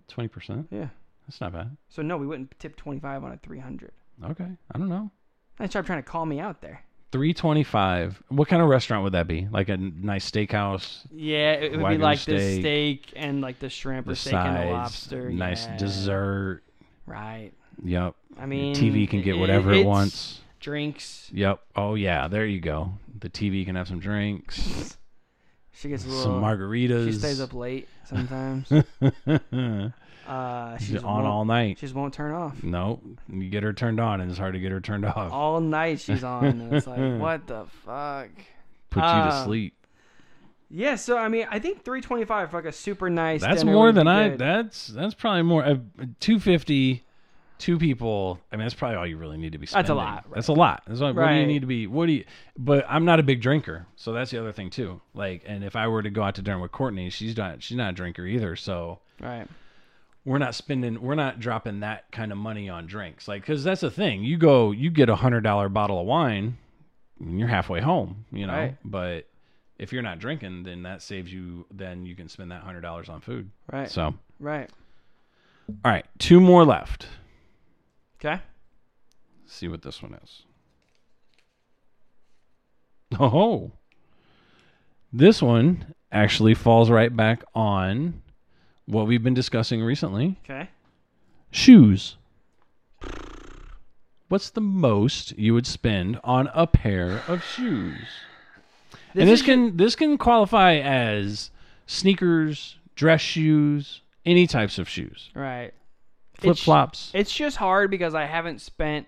B: Twenty percent.
A: Yeah.
B: That's not bad.
A: So no, we wouldn't tip twenty-five on a three hundred.
B: Okay. I don't know.
A: Nice job trying to call me out there.
B: Three twenty-five. What kind of restaurant would that be? Like a n- nice steakhouse,
A: Yeah, it would
B: Wagyu
A: be like the
B: steak.
A: steak and like the shrimp or
B: the
A: steak and
B: sides,
A: the lobster.
B: nice
A: yeah.
B: dessert.
A: Right.
B: Yep.
A: I mean,
B: TV can get
A: i-
B: whatever it
A: it's
B: wants.
A: Drinks.
B: Yep. Oh yeah. There you go. The TV can have some drinks,
A: She gets a little.
B: some margaritas.
A: She stays up late sometimes. uh, she
B: She's
A: just
B: on
A: won't-
B: all night.
A: She just won't turn off.
B: No, you get her turned on, and it's hard to get her turned off.
A: All night she's on. And it's like, what the fuck?
B: Put you
A: uh,
B: to sleep.
A: Yeah, so I mean, I think 325 for like a super nice.
B: That's
A: dinner
B: more
A: would be
B: than I.
A: good.
B: That's that's probably more. Uh, Two fifty, two people. I mean, that's probably all you really need to be. Spending.
A: That's a lot, right.
B: That's a lot. That's what, what do you
A: Right.
B: need to be? What do you? But I'm not a big drinker, so that's the other thing too. Like, and if I were to go out to dinner with Courtney, she's not. She's not a drinker either. So
A: Right.
B: we're not spending. We're not dropping that kind of money on drinks. Like, because that's the thing. You go. You get a hundred dollar bottle of wine, and you're halfway home. You know,
A: Right.
B: but. If you're not drinking, then that saves you. Then you can spend that hundred dollars on food.
A: Right.
B: So
A: Right.
B: all right, two more left.
A: Okay.
B: see what this one is. Oh, this one actually falls right back on what we've been discussing recently
A: Okay.
B: shoes. What's the most you would spend on a pair of shoes? and
A: This
B: this
A: is
B: can this can qualify as sneakers, dress shoes, any types of shoes,
A: Right.
B: flip flops.
A: It's just hard because I haven't spent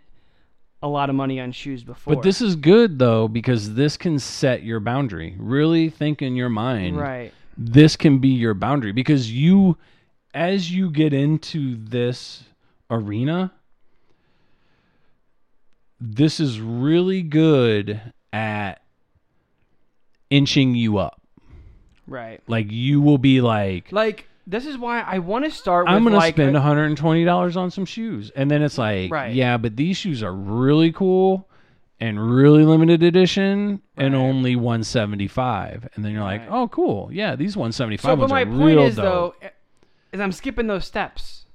A: a lot of money on shoes before.
B: But this is good though because this can set your boundary. Really think in your mind.
A: Right.
B: This can be your boundary because you as you get into this arena this is really good at inching you up.
A: Right.
B: Like you will be like,
A: Like this is why I want to start. With
B: I'm gonna
A: like,
B: spend
A: a-
B: 120 dollars on some shoes, and then it's like,
A: Right.
B: yeah, but these shoes are really cool and really limited edition and
A: Right.
B: only 175. And then you're like,
A: Right.
B: oh, cool, yeah, these 175
A: so, but
B: ones
A: my
B: are
A: point
B: real
A: is
B: dope.
A: though, is I'm skipping those steps.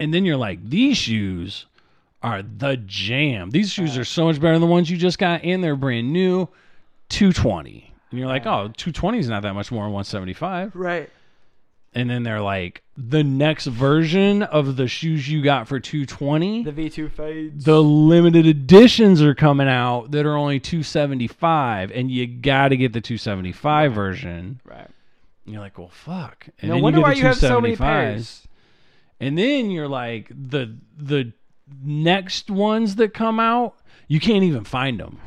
B: And then you're like, these shoes are the jam. These shoes
A: Uh.
B: are so much better than the ones you just got, and they're brand new. 220. And you're
A: Uh.
B: like, oh, 220 is not that much more than 175.
A: Right.
B: And then they're like, the next version of the shoes you got for 220,
A: The
B: the,
A: V2 fades.
B: limited editions are coming out that are only 275, and you got to get the 275 version.
A: right.
B: And you're like, well, fuck. And
A: No
B: then
A: wonder
B: you get
A: why
B: the
A: you have so many
B: 275s.
A: pairs.
B: And then you're like the the next ones that come out, you can't even find them.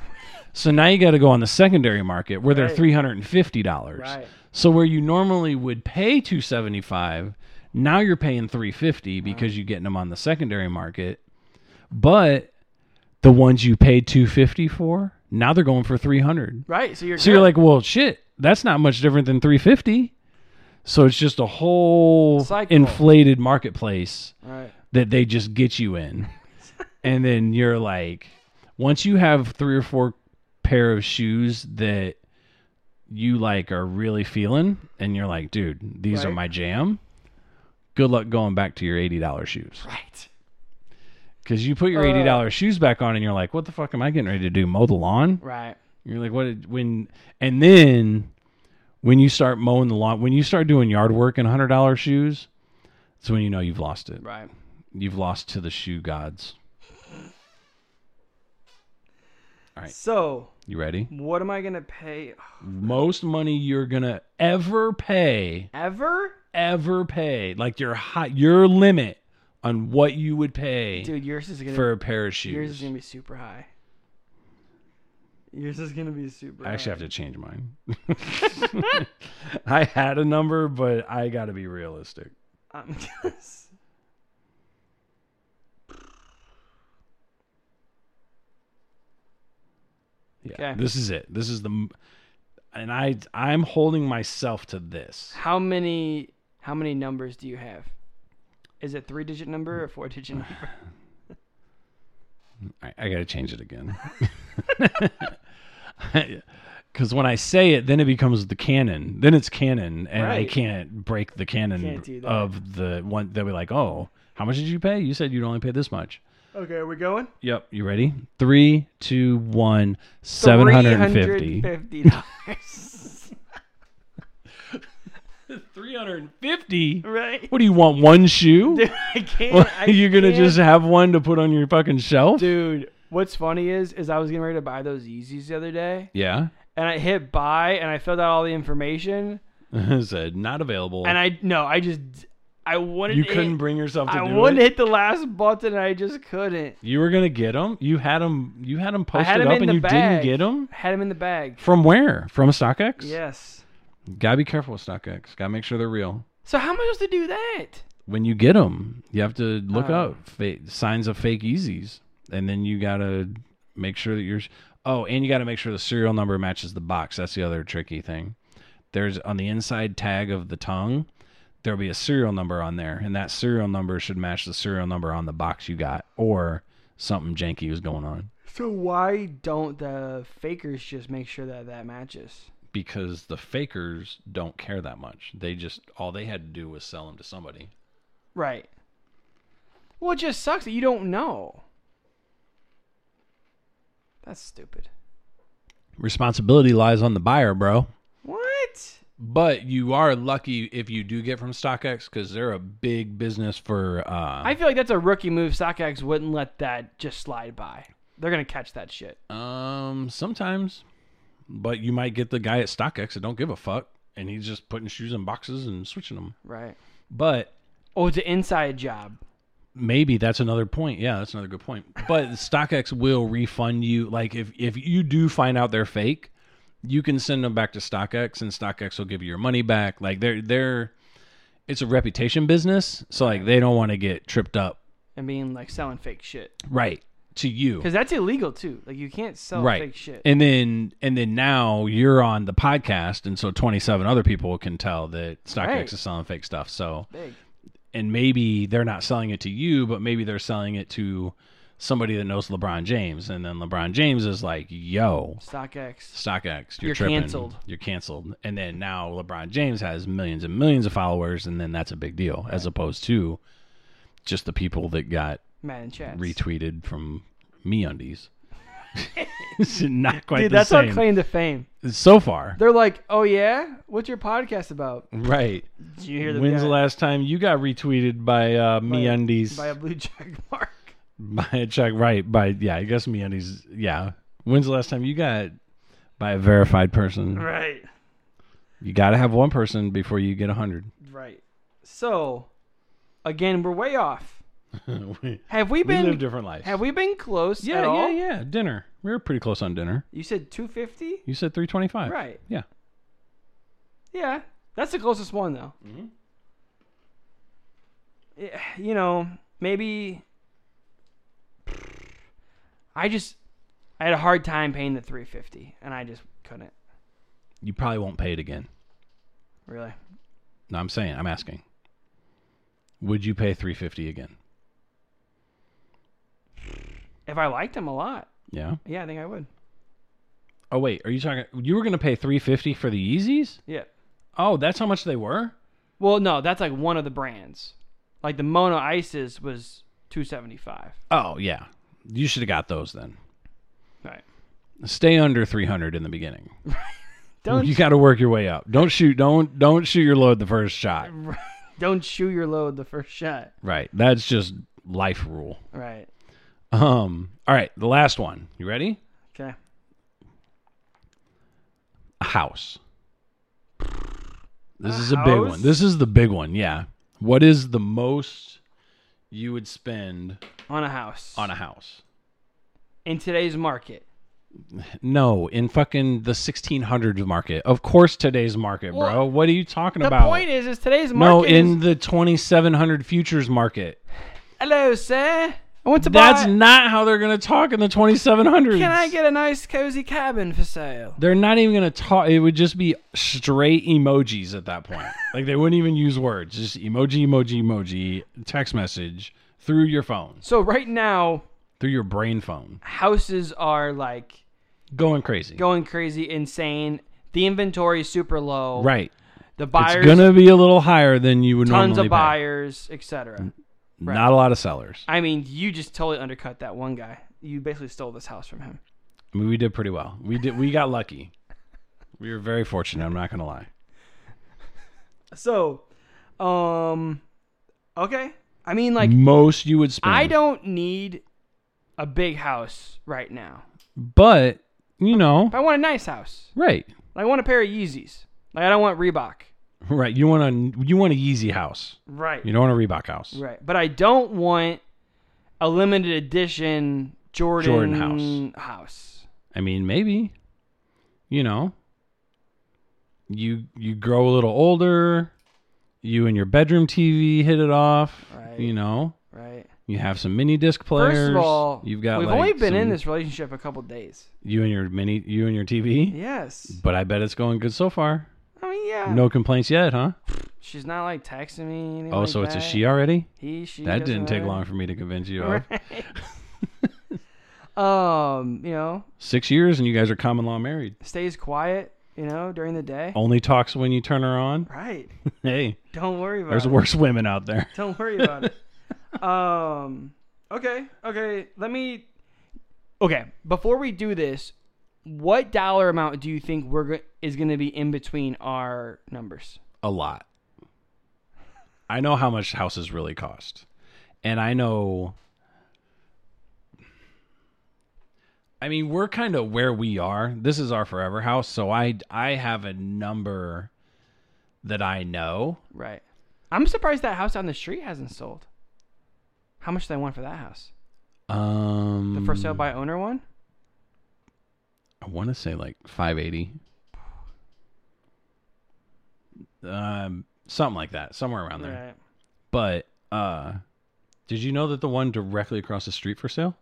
B: So now you got to go on the secondary market where they're
A: Right.
B: three hundred and fifty dollars.
A: Right.
B: So where you normally would pay two seventy five, now you're paying three fifty
A: Uh-huh.
B: because you're getting them on the secondary market. But the ones you paid two fifty for, now they're going for three hundred.
A: Right. So you're.
B: So you're
A: good.
B: like, well, shit, that's not much different than 350. So it's just a whole
A: Cycle.
B: inflated marketplace
A: Right.
B: that they just get you in. and then you're like, once you have three or four pair of shoes that you like are really feeling, and you're like, dude, these are
A: Right.
B: my jam. Good luck going back to your $80 shoes.
A: Right.
B: Because you put your $80 shoes back on and you're like, what the fuck am I getting ready to do? Mow the lawn?
A: Right.
B: You're like, what? did- When and then when you start mowing the lawn, when you start doing yard work in hundred dollar shoes, that's when you know you've lost it.
A: Right.
B: You've lost to the shoe gods.
A: So
B: You ready?
A: what am I gonna pay
B: Most money you're gonna ever pay,
A: ever?
B: ever pay, like your high, your limit on what you would pay
A: Dude, yours is gonna
B: for a pair of
A: yours is
B: shoes.
A: gonna be super high. Yours is gonna be super.
B: I actually
A: high.
B: have to change mine. I had a number, but I got to be realistic.
A: I'm gonna s-
B: Yeah.
A: Okay.
B: This is it. This is the m- and I I'm holding myself to this.
A: How many how many numbers do you have? Is it three digit number or four digit number?
B: I, I got to change it again. Cuz when I say it then it becomes the canon. Then it's canon and I
A: Right.
B: can't break the canon
A: Can't do that.
B: of the one they'll be like, "Oh, how much did you pay? You said you'd only pay this much."
A: Okay, are we going?
B: Yep, you ready? Three, two, one, seven hundred and fifty.
A: dollars.
B: Three hundred and fifty.
A: right?
B: What do you want? One shoe?
A: Dude, I can't. I
B: You're gonna
A: can't-
B: just have one to put on your fucking shelf?
A: Dude, what's funny is is I was getting ready to buy those Yeezys the other day,
B: Yeah.
A: and I hit buy, and I filled out all the information,
B: said not available.
A: and I no, I just I wanted
B: Oh. you
A: to
B: couldn't
A: hit,
B: bring yourself to
A: I
B: do it.
A: wanted to hit the last button, and I just couldn't.
B: You were gonna get them. You had them. You had them posted
A: had 'em
B: up,
A: in
B: and
A: the
B: you
A: bag.
B: didn't get them.
A: I had him in the bag.
B: From where? From StockX?
A: Yes.
B: Gotta be careful with StockX. Gotta make sure they're real.
A: So how am I supposed to do that?
B: When you get them, you have to look
A: Oh.
B: up fa- signs of fake Yeezys, and then you gotta make sure that you're. Oh, and you gotta make sure the serial number matches the box. That's the other tricky thing. There's on the inside tag of the tongue, there'll be a serial number on there, and that serial number should match the serial number on the box you got, or something janky was going on.
A: So why don't the fakers just make sure that that matches?
B: because the fakers don't care that much. They just all they had to do was sell them to somebody.
A: Right. Well, it just sucks that you don't know. That's stupid.
B: Responsibility lies on the buyer, bro.
A: What?
B: But you are lucky if you do get from StockX because they're a big business for. Uh,
A: I feel like that's a rookie move. StockX wouldn't let that just slide by. They're gonna catch that shit.
B: um, sometimes, but you might get the guy at StockX that don't give a fuck, and he's just putting shoes in boxes and switching them.
A: Right.
B: But
A: Oh, it's an inside job.
B: maybe that's another point. Yeah, that's another good point. But StockX will refund you. Like if if you do find out they're fake, you can send them back to StockX, and StockX will give you your money back. Like they're they're it's a reputation business, so like they don't want to get tripped up.
A: And being like selling fake shit.
B: Right. to you.
A: Because that's illegal too. Like you can't sell
B: Right.
A: fake shit.
B: And then and then now you're on the podcast and so 27 other people can tell that StockX
A: Right.
B: is selling fake stuff. So
A: Big.
B: and maybe they're not selling it to you, but maybe they're selling it to somebody that knows LeBron James and then LeBron James is like, "Yo,
A: StockX.
B: StockX, you're,
A: You're
B: tripping.
A: canceled.
B: You're canceled. And then now LeBron James has millions and millions of followers, and then that's a big deal, as opposed to just the people that got
A: Madden chats.
B: retweeted from me undies. it's not quite
A: Dude,
B: the
A: that's
B: same.
A: our claim to fame.
B: so far.
A: They're like, "Oh yeah, what's your podcast about?"
B: Right.
A: Did you hear the
B: When's
A: guy-
B: the last time you got retweeted by uh, me undies?
A: by a blue check mark?
B: By a check, right? By yeah, I guess me undies. Yeah. When's the last time you got by a verified person?
A: Right.
B: You got to have one person before you get a hundred.
A: Right. So, again, we're way off. Have we
B: We
A: been
B: live different lives.
A: Have we been close
B: yeah,
A: at all?
B: yeah, yeah. Dinner. We were pretty close on dinner.
A: You said 250?
B: You said three twenty-five.
A: Right.
B: Yeah.
A: Yeah. That's the closest one though.
B: Mm-hmm.
A: Yeah, you know, maybe I just I had a hard time paying the 350 and I just couldn't
B: You probably won't pay it again.
A: really.
B: No, I'm saying. I'm asking. Would you pay three fifty again?
A: If I liked him a lot,
B: Yeah.
A: yeah, I think I would.
B: Oh wait, are you talking? You were gonna pay three fifty for the Yeezys?
A: Yeah.
B: Oh, that's how much they were.
A: Well, no, that's like one of the brands. Like the Mono Isis was 275.
B: Oh yeah. You should have got those then.
A: Right.
B: Stay under three hundred in the beginning.
A: Don't
B: You got to work your way up. Don't shoot. Don't don't shoot your load the first shot.
A: don't shoe your load the first shot.
B: Right. That's just life rule.
A: Right.
B: Um. All right. The last one. You ready?
A: Okay.
B: A house. This
A: A
B: is a big
A: house?
B: one. This is the big one. Yeah. What is the most you would spend
A: On a house.
B: on a house?
A: in today's market.
B: No, in fucking the 1600s market. Of course, today's market, bro.
A: Well,
B: what are you talking
A: The
B: about?
A: point is, is today's market.
B: no, in
A: is,
B: the 2700 futures market.
A: hello, sir. I want to
B: That's
A: buy.
B: not how they're going to talk in the 2700s.
A: can I get a nice cozy cabin for sale?
B: They're not even going to talk. It would just be straight emojis at that point. like they wouldn't even use words. Just emoji, emoji, emoji, text message through your phone,
A: So right now,
B: through your brain phone.
A: houses are like
B: Going crazy.
A: going crazy, insane. The inventory is super low.
B: right.
A: The buyers,
B: it's going to be a little higher than you would
A: tons
B: normally
A: of
B: buy.
A: buyers, etc.
B: Not a lot of sellers.
A: I mean, you just totally undercut that one guy. You basically stole this house from him.
B: I mean, we did pretty well. We did. We got lucky. We were very fortunate. I'm not gonna lie.
A: So, um, okay. I mean, like,
B: Most you would spend.
A: I don't need a big house right now.
B: But you know,
A: If I want a nice house,
B: right,
A: like I want a pair of Yeezys. Like I don't want Reebok.
B: right. You want a you want a Yeezy house.
A: Right.
B: You don't want a Reebok house.
A: Right. But I don't want a limited edition Jordan,
B: Jordan house.
A: house.
B: I mean, maybe. You know. You you grow a little older. You and your bedroom TV hit it off.
A: Right.
B: You know.
A: Right.
B: You have some mini disc players.
A: First of all,
B: you've got
A: we've
B: like,
A: only been in
B: some-
A: this relationship a couple days.
B: You and your mini you and your TV.
A: Yes.
B: But I bet it's going good so far.
A: I mean, yeah.
B: No complaints yet, huh?
A: She's not like texting me. anything
B: Oh,
A: like
B: so it's a
A: that.
B: she already?
A: He, she.
B: That
A: doesn't
B: didn't take
A: matter.
B: long for me to convince you of.
A: Um, you know,
B: Six years and you guys are common law married.
A: stays quiet. You know, during the day.
B: Only talks when you turn her on.
A: Right.
B: Hey,
A: Don't worry about
B: there's
A: it.
B: worse women out there.
A: Don't worry about it. Um. Okay. Okay. Let me. Okay. Before we do this, what dollar amount do you think we're go- is going to be in between our numbers?
B: A lot. I know how much houses really cost. And I know. I mean, we're kind of where we are. This is our forever house, so I I have a number that I know.
A: Right. I'm surprised that house on the street hasn't sold. How much do they want for that house?
B: Um
A: The for
B: Hmm.
A: sale by owner one?
B: I want to say like 580. Um, something like that, somewhere around there.
A: Right.
B: But uh, did you know that the one directly across the street for sale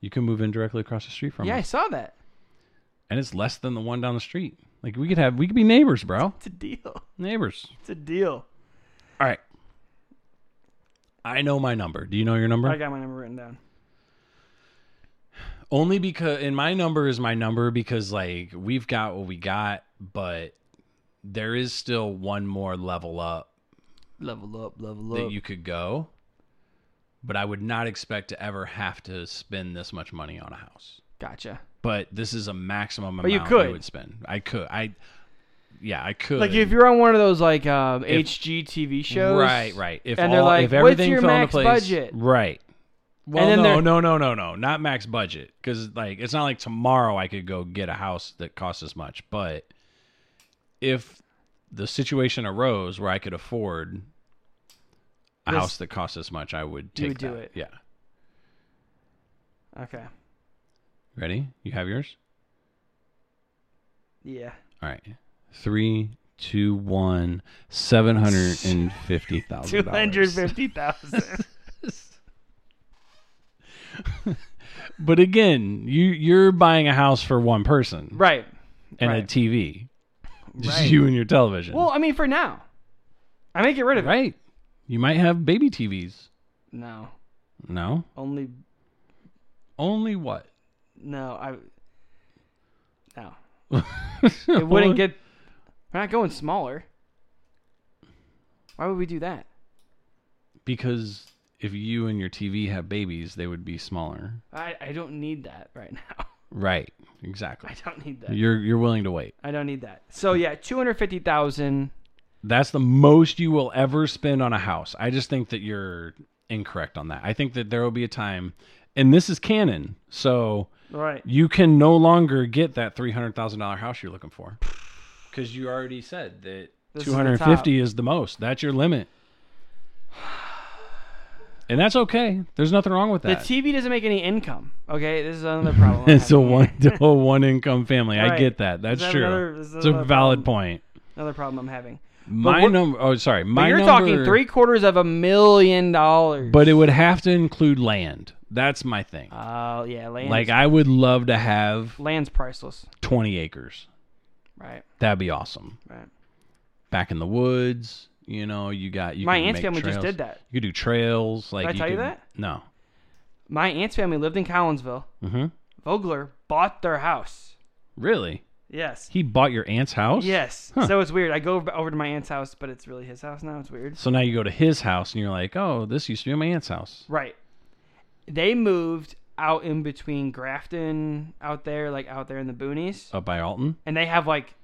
B: You can move in directly across the street from
A: yeah, I
B: us.
A: saw that.
B: And it's less than the one down the street. Like we could have we could be neighbors, bro.
A: It's a deal.
B: Neighbors.
A: It's a deal.
B: All right. I know my number. Do you know your number?
A: I got my number written down.
B: Only because and my number is my number because like we've got what we got, but there is still one more level up
A: Level up, level
B: that you could go. But I would not expect to ever have to spend this much money on a house.
A: gotcha.
B: But this is a maximum
A: you
B: amount
A: could.
B: would spend. I could. I yeah, I could.
A: Like if you're on one of those like um, HGTV shows,
B: Right, right. If
A: and they're
B: all-
A: like,
B: if everything
A: "What's your
B: fell into
A: max
B: place,
A: budget?"
B: right? Well,
A: then
B: no,
A: they're-
B: no, no, no, no, not max budget because like it's not like tomorrow I could go get a house that costs as much. But if the situation arose where I could afford a
A: This-
B: house that costs as much, I would take
A: You would do
B: that.
A: it.
B: Yeah.
A: Okay.
B: Ready? You have yours.
A: Yeah.
B: All right. Three, two, one. Seven hundred and fifty thousand.
A: Two hundred fifty thousand.
B: But again, you you're buying a house for one person,
A: right.
B: and a
A: right.
B: TV. Just
A: Right.
B: you and your television.
A: Well, I mean, for now, I may get rid of it.
B: right. You might have baby TVs.
A: No,
B: No.
A: only
B: Only what?
A: no. I no.
B: it
A: It wouldn't get. We're not going smaller. Why would we do that?
B: because if you and your TV have babies, they would be smaller.
A: I, I don't need that right now.
B: Right.
A: I
B: Exactly.
A: don't need that.
B: You're you're willing to wait.
A: I don't need that. So yeah, two hundred fifty thousand.
B: That's the most you will ever spend on a house. I just think that you're incorrect on that. I think that there will be a time and this is canon. So
A: Right.
B: you can no longer get that three hundred thousand dollar house you're looking for because you already said that
A: This is the
B: two
A: top.
B: hundred fifty is the most. That's your limit, and that's okay. There's nothing wrong with
A: The
B: that.
A: TV doesn't make any income. Okay, this is another problem. I
B: it's a
A: have
B: one
A: here.
B: to a one income family. I
A: Right.
B: get that. That's
A: that
B: true.
A: another- is that
B: it's a
A: another
B: valid
A: problem?
B: point.
A: Another problem I'm having.
B: My
A: what-
B: number. Oh, sorry.
A: But
B: My
A: you're talking
B: number-
A: three quarters of a million dollars.
B: But it would have to include land. That's my thing.
A: Oh yeah, land's,
B: like I would love to have
A: land's priceless.
B: twenty acres.
A: Right,
B: That'd be awesome.
A: right.
B: back in the woods. You know, you got you.
A: My
B: can
A: aunt's
B: make
A: family just
B: trails.
A: did that.
B: You could do trails. Like
A: I tell you
B: could-
A: that?
B: No.
A: My aunt's family lived in Collinsville.
B: hmm
A: Vogler bought their house.
B: Really?
A: Yes.
B: He bought your aunt's house.
A: Yes.
B: Huh.
A: So it's weird. I go over- over to my aunt's house, but it's really his house now. It's weird.
B: So now you go to his house and you're like, oh, this used to be my aunt's house.
A: Right. They moved out in between Grafton out there, like out there in the boonies.
B: Up by Alton.
A: And they have like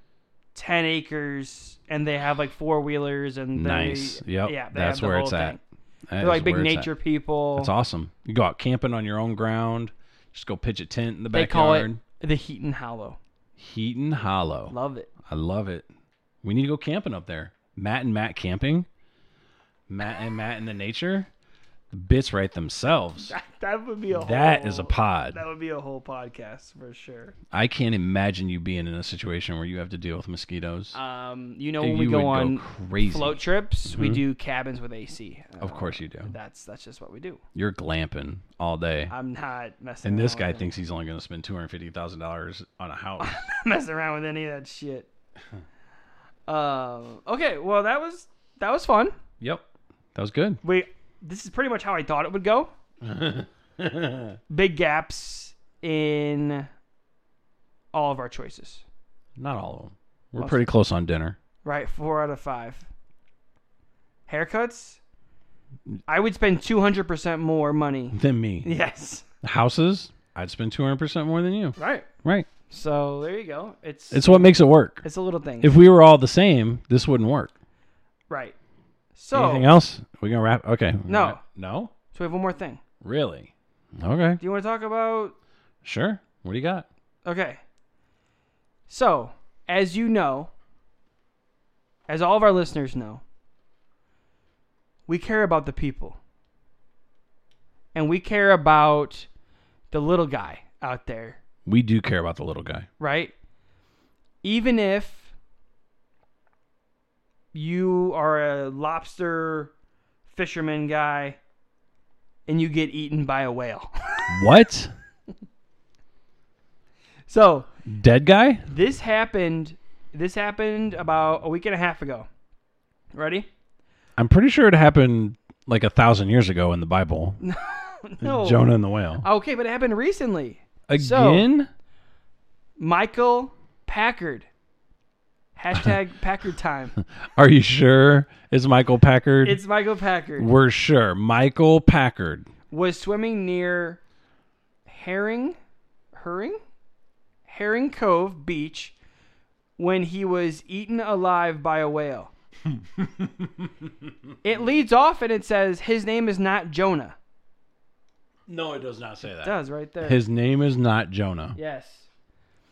A: 10 acres and they have like four wheelers and they,
B: Nice. Yep.
A: Yeah. They
B: That's
A: have the
B: where
A: whole
B: it's
A: thing.
B: at. That
A: They're
B: is
A: like big
B: where it's at.
A: nature people.
B: That's awesome. You go out camping on your own ground. Just go pitch a tent in the
A: They call
B: backyard.
A: it the Heaton Hollow.
B: Heaton Hollow.
A: Love it.
B: I love it. We need to go camping up there. Matt and Matt camping. Matt and Matt in the nature. The bits right themselves.
A: That would be a
B: That is a pod.
A: would be a whole podcast for sure.
B: I can't imagine you being in a situation where you have to deal with mosquitoes.
A: Um, you know when we
B: You
A: go
B: would go
A: on
B: crazy. Mm-hmm. Oh.
A: float trips, we do cabins with AC.
B: of course you do.
A: That's that's just what we do.
B: You're glamping all day.
A: I'm not messing.
B: And this
A: around
B: guy
A: with it.
B: thinks he's only going to spend $250,000 on a house.
A: messing around with any of that shit. um. Okay. Well, that was that was fun.
B: yep. That was good.
A: We this is pretty much how I thought it would go. Big gaps in all of our choices.
B: Not all of them. We're pretty close on dinner.
A: Right, four out of five. Haircuts?
B: Mm.
A: I would spend two hundred percent more money.
B: Than me.
A: Yes.
B: Houses? I'd spend 200% more than you.
A: Right.
B: Right.
A: So there you go. It's it's,
B: It's what makes it work.
A: a little thing.
B: If we were all the same, this wouldn't work.
A: right. So
B: Anything else? We gonna wrap? Okay.
A: No.
B: No.
A: so we have one more thing.
B: Really? Okay.
A: Do you want to talk about
B: Sure. What do you got?
A: Okay. So, as you know, as all of our listeners know, we care about the people. And we care about the little guy out there,
B: We do care about the little guy.
A: right? Even if you are a lobster fisherman guy and you get eaten by a whale.
B: What?
A: So
B: Dead guy?
A: this happened. This happened about a week and a half ago. Ready?
B: I'm pretty sure it happened like a thousand years ago in the Bible.
A: No.
B: Jonah and the whale.
A: Okay, but it happened recently. Uh, so-
B: Again?
A: Michael Packard. Hashtag Packard time.
B: Are you sure? Is Michael Packard?
A: It's Michael Packard.
B: We're sure. Michael Packard.
A: Was swimming near Herring, Herring, Herring Cove Beach when he was eaten alive by a whale. it leads off and it says his name is not Jonah.
B: No, it does not say
A: It does right there.
B: His name is not Jonah.
A: yes.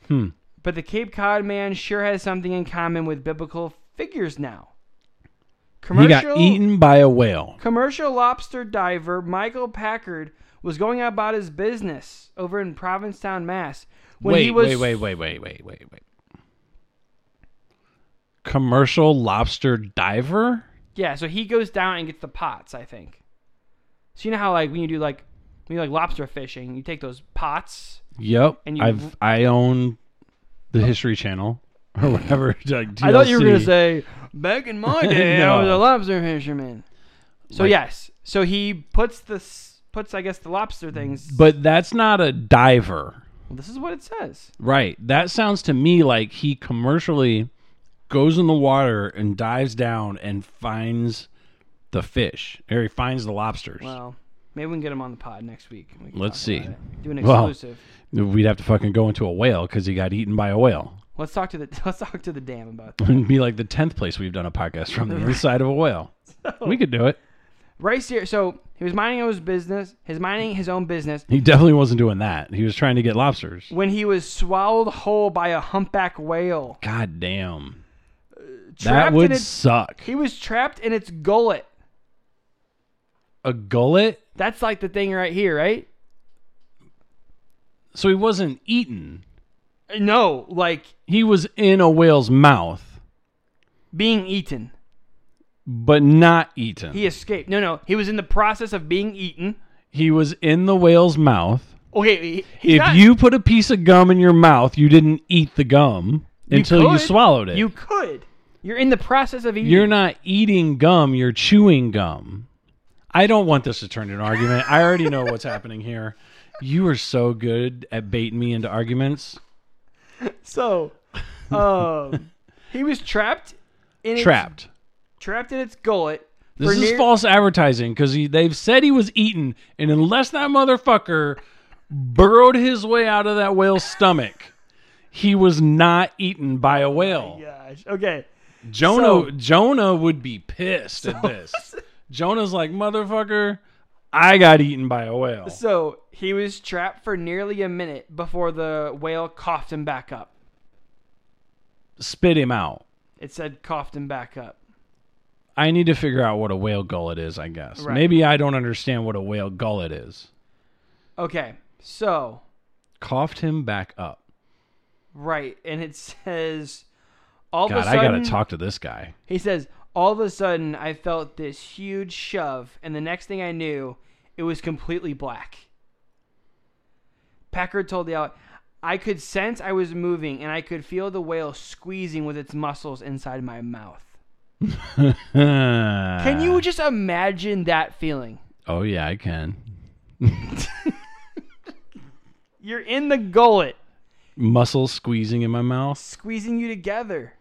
B: Hmm.
A: But the Cape Cod man sure has something in common with biblical figures now.
B: He got eaten by a whale.
A: Commercial lobster diver Michael Packard was going about his business over in Provincetown, Mass. When
B: wait,
A: he was
B: wait, wait, wait, wait, wait, wait, wait. Commercial lobster diver?
A: yeah, so he goes down and gets the pots. I think. So you know how like when you do like when you like lobster fishing, you take those pots.
B: Yep.
A: And you-
B: I've I own the History Channel or whatever. Like
A: I thought you were gonna
B: DLC.
A: say back in my day I was a
B: No.
A: lobster fisherman. So
B: Like-
A: yes, so he puts the s- puts I guess the lobster things.
B: But that's not a diver.
A: Well, this is what it says.
B: Right. That sounds to me like he commercially goes in the water and dives down and finds the fish. Or he finds the lobsters.
A: Well, maybe we can get him on the pod next week. We can
B: Let's
A: talk about
B: see.
A: it. Do an
B: Well,
A: exclusive.
B: We'd have to fucking go into a whale because he got eaten by a whale.
A: Let's talk to the let's talk to the dam about that.
B: It'd be like the tenth place we've done a podcast from the inside of a whale. We could do it.
A: Rice here. So he was minding his business, his minding his own business
B: He definitely wasn't doing that. He was trying to get lobsters.
A: when he was swallowed whole by a humpback whale.
B: God damn.
A: Trapped
B: that would
A: in its,
B: suck.
A: he was trapped in its gullet.
B: A gullet?
A: That's like the thing right here, right?
B: So he wasn't eaten.
A: No, like
B: He was in a whale's mouth,
A: being eaten.
B: but not eaten.
A: He escaped. No, no, he was in the process of being eaten.
B: He was in the whale's mouth.
A: Okay, he- he's
B: if
A: not-
B: you put a piece of gum in your mouth, you didn't eat the gum until you
A: could.
B: swallowed it.
A: you could. You're in the process of eating.
B: You're not eating gum, you're chewing gum. I don't want this to turn into an argument. I already know what's happening here. You are so good at baiting me into arguments.
A: so. Um, he was trapped in its,
B: Trapped.
A: trapped in its gullet.
B: This
A: for
B: is
A: near-
B: false advertising because they've said he was eaten, and unless that motherfucker burrowed his way out of that whale's stomach, he was not eaten by a whale.
A: Gosh. Okay.
B: Jonah
A: So-
B: Jonah would be pissed at this. Jonah's like, motherfucker, I got eaten by a whale.
A: So he was trapped for nearly a minute before the whale coughed him back up.
B: Spit him out.
A: It said coughed him back up.
B: I need to figure out what a whale gullet is, I guess.
A: Right.
B: Maybe I don't understand what a whale gullet is.
A: Okay. So,
B: Coughed him back up.
A: right. And it says, all of
B: God,
A: a sudden,
B: I gotta talk to this guy.
A: he says, all of a sudden, I felt this huge shove. And the next thing I knew, it was completely black. Packard told the outlet, I could sense I was moving and I could feel the whale squeezing with its muscles inside my mouth. Can
B: Can
A: you just imagine that feeling?
B: Oh yeah, I can.
A: You're in the gullet,
B: Muscles squeezing in my mouth.
A: squeezing you together.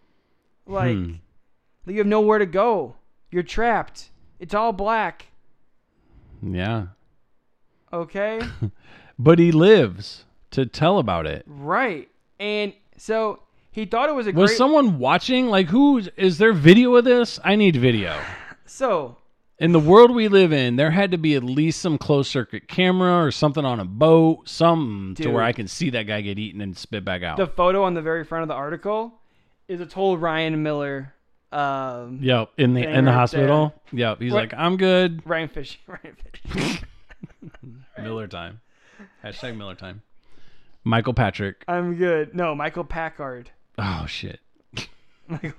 A: Like, you have nowhere to go. You're trapped. It's all black.
B: Yeah.
A: Okay?
B: But he lives to tell about it.
A: right. And so he thought it was a
B: Was
A: great.
B: someone watching? Like, who is there video of this? I need video.
A: so,
B: In the world we live in, there had to be at least some closed circuit camera or something on a boat, something to
A: Dude.
B: where I can see that guy get eaten and spit back out.
A: the photo on the very front of the article is a total Ryan Miller. Um,
B: yep, in the
A: thing
B: in the
A: right
B: hospital. Yep, he's
A: What-
B: like, I'm good.
A: Ryan Fish. Ryan Fish.
B: Miller time. Hashtag Miller time. Michael Patrick.
A: I'm good. No, Michael Packard.
B: Oh shit.
A: Michael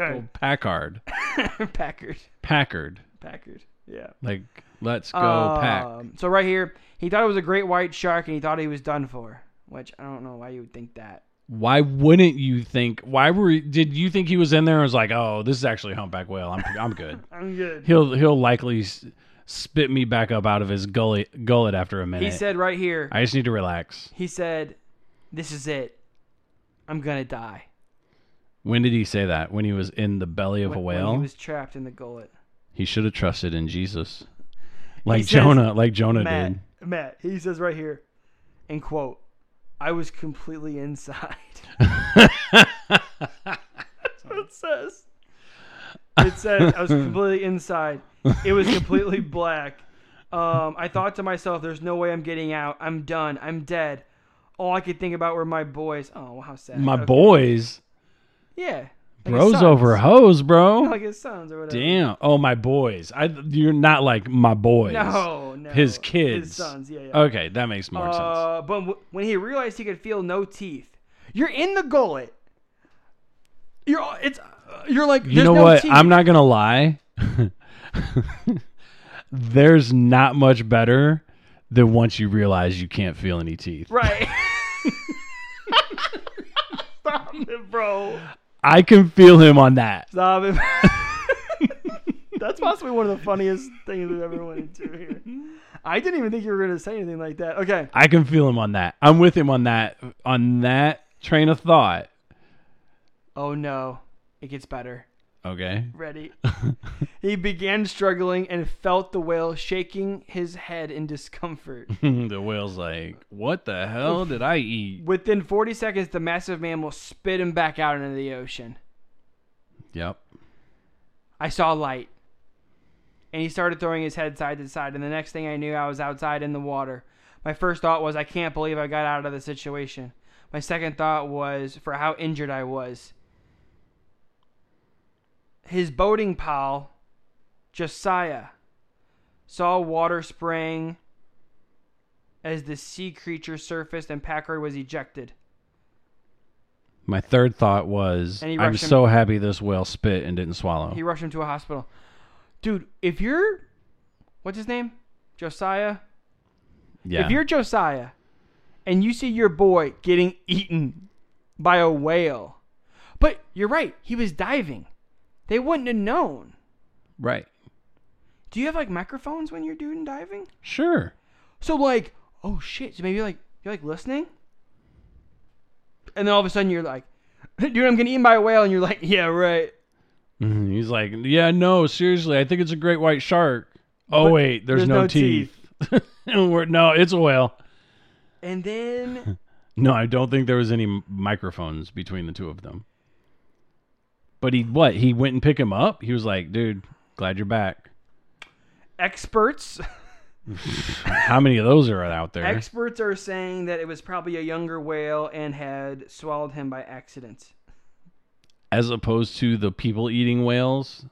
B: Oh,
A: Packard.
B: Packard.
A: Packard.
B: Packard.
A: Packard. Yeah.
B: Like, let's go pack.
A: Uh, Um, So right here, he thought it was a great white shark, and he thought he was done for. which I don't know why you would think that.
B: Why wouldn't you think? Why were did you think he was in there? and was like, oh, this is actually humpback whale. I'm I'm good.
A: I'm good.
B: he'll he'll likely s- spit me back up out of his gullet gullet after a minute.
A: He said right here.
B: I just need to relax.
A: he said, "This is it. I'm gonna die."
B: When did he say that? When he was in the belly of
A: When-
B: a
A: when
B: whale.
A: he
B: He,
A: was trapped in the gullet.
B: should have trusted in Jesus, like
A: says-
B: Jonah, like Jonah
A: Matt,
B: did.
A: Matt, he says right here, and quote, "I was completely inside." That's what it says. It says I was completely inside. It was completely black. Um, I thought to myself, "There's no way I'm getting out. I'm done. I'm dead." All I could think about were my boys. Oh, how sad.
B: My
A: Okay.
B: boys,
A: Yeah. Like his
B: bros
A: sons.
B: over hose, bro.
A: Like his sons or whatever.
B: Damn. Oh, my boys. I you're not like my boys.
A: No, no.
B: His kids. Oh,
A: His sons, yeah, yeah.
B: Okay, that makes more sense.
A: Uh, but w- when he realized he could feel no teeth, you're in the gullet. You're all- it's uh, you're like
B: You
A: there's
B: know
A: no
B: what?
A: Teeth.
B: I'm not gonna lie. There's not much better than once you realize you can't feel any teeth.
A: right. Stop it, bro.
B: I can feel him on that.
A: Stop it. That's possibly one of the funniest things we've ever went into here. I didn't even think you were gonna say anything like that. Okay,
B: I can feel him on that. I'm with him on that on that train of thought.
A: Oh no. It gets better.
B: Okay.
A: Ready. he began struggling and felt the whale shaking his head in discomfort.
B: the whale's like, "What the hell did I eat?"
A: Within 40 seconds, the massive mammal spit him back out into the ocean.
B: Yep.
A: I saw light. And he started throwing his head side to side. And the next thing I knew, I was outside in the water. My first thought was, I can't believe I got out of the situation. My second thought was for how injured I was. His boating pal, Josiah, saw water spraying as the sea creature surfaced and Packard was ejected.
B: My third thought was,
A: And he
B: I'm
A: rushed him-
B: so happy this whale spit and didn't swallow.
A: He rushed him to a hospital. Dude, if you're what's his name? Josiah?
B: yeah.
A: If you're Josiah and you see your boy getting eaten by a whale. But you're right, he was diving. They wouldn't have known.
B: right.
A: Do you have like microphones when you're doing diving?
B: Sure.
A: So like, oh shit. So maybe like you're like listening? And then all of a sudden you're like, dude, I'm getting eaten by a whale and you're like, yeah, right.
B: Mhm. He's like, yeah, no, seriously, I think it's a great white shark. Oh
A: But
B: wait, there's,
A: there's
B: no,
A: no
B: teeth. We're- no, it's a whale.
A: And then
B: No, I don't think there was any m- microphones between the two of them. But he what? He went and picked him up. He was like, dude, glad you're back.
A: experts
B: How many of those are out there?
A: Experts are saying that it was probably a younger whale and had swallowed him by accident.
B: As opposed to the people eating whales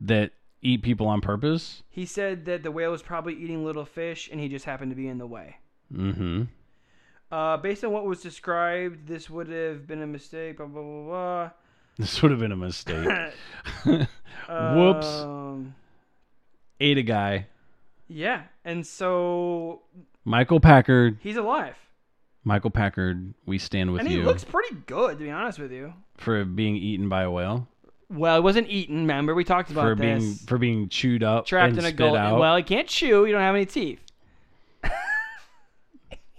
B: that eat people on purpose.
A: He said that the whale was probably eating little fish and he just happened to be in the way.
B: Mm-hmm.
A: Uh, based on what was described, this would have been a mistake. Blah blah blah
B: This would have been a mistake.
A: blah.
B: Whoops.
A: Um,
B: Ate a guy.
A: yeah, and so
B: Michael Packard.
A: he's alive,
B: Michael Packard, we stand with
A: and
B: you.
A: he looks pretty good, to be honest with you.
B: for being eaten by a whale,
A: Well, it wasn't eaten. Remember, we talked about
B: for
A: this.
B: being for being chewed up,
A: trapped
B: and
A: in a
B: spit
A: gullet.
B: Out.
A: Well, he can't chew. You don't have any teeth.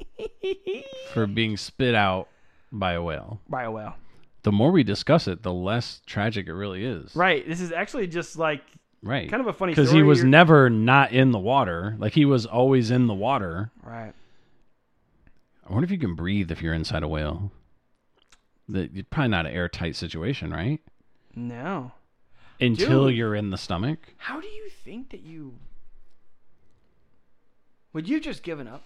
B: for being spit out by a whale.
A: By a whale.
B: The more we discuss it, the less tragic it really is.
A: Right. This is actually just like
B: right.
A: kind of a funny
B: because
A: story.
B: he was
A: You're-
B: never not in the water. Like he was always in the water.
A: right.
B: I wonder if you can breathe if you're inside a whale. That you're probably not an airtight situation, right?
A: No.
B: Until
A: Dude.
B: you're in the stomach.
A: How do you think that you would you just given up,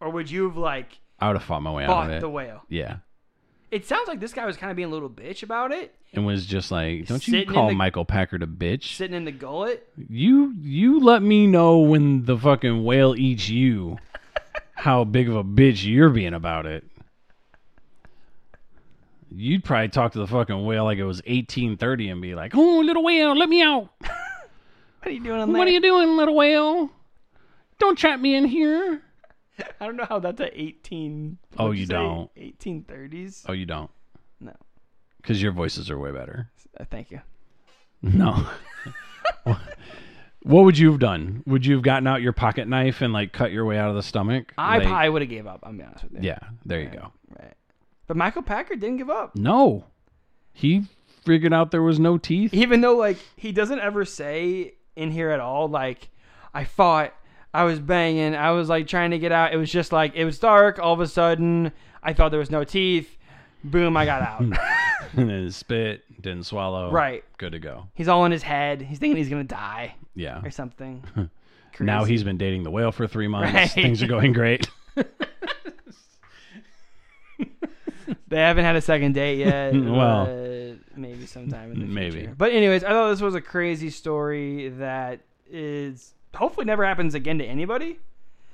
A: or would you have like
B: I would have fought my way out
A: bought
B: of it.
A: the whale?
B: yeah.
A: It sounds like this guy was kind of being a little bitch about it,
B: And was just like, don't you
A: Sitting in
B: call
A: the-
B: Michael Packard a bitch.
A: sitting in the gullet.
B: You you let me know when the fucking whale eats you how big of a bitch you're being about it. You'd probably talk to the fucking whale like it was 1830 and be like, "Oh, little whale, let me out.
A: What are you doing on
B: What are
A: there?
B: you doing, little whale? Don't trap me in here.
A: I don't know how that's a 18.
B: Oh,
A: what'd
B: you
A: say?
B: don't.
A: 1830s?
B: Oh, you don't?
A: No.
B: Because your voices are way better.
A: Uh, thank you.
B: No. what would you have done? Would you have gotten out your pocket knife and like cut your way out of the stomach?
A: I
B: Like,
A: probably would have gave up. I'm gonna be honest with you.
B: Yeah, there you go.
A: Right. But Michael Packer didn't give up,
B: No. He figured out there was no teeth.
A: even though like he doesn't ever say in here at all like I fought, I was banging, I was like trying to get out. It was just like it was dark. All of a sudden, I thought there was no teeth. Boom! I got
B: Hmm.
A: out.
B: and then spit, didn't swallow.
A: Right.
B: Good to go.
A: he's all in his head. He's thinking he's gonna die
B: Yeah.
A: or something.
B: Now
A: Crazy.
B: he's been dating the whale for three months.
A: Right.
B: Things are going great.
A: They haven't had a second date yet.
B: Well,
A: but maybe sometime in the
B: maybe.
A: future. But anyways, I thought this was a crazy story that is hopefully never happens again to anybody.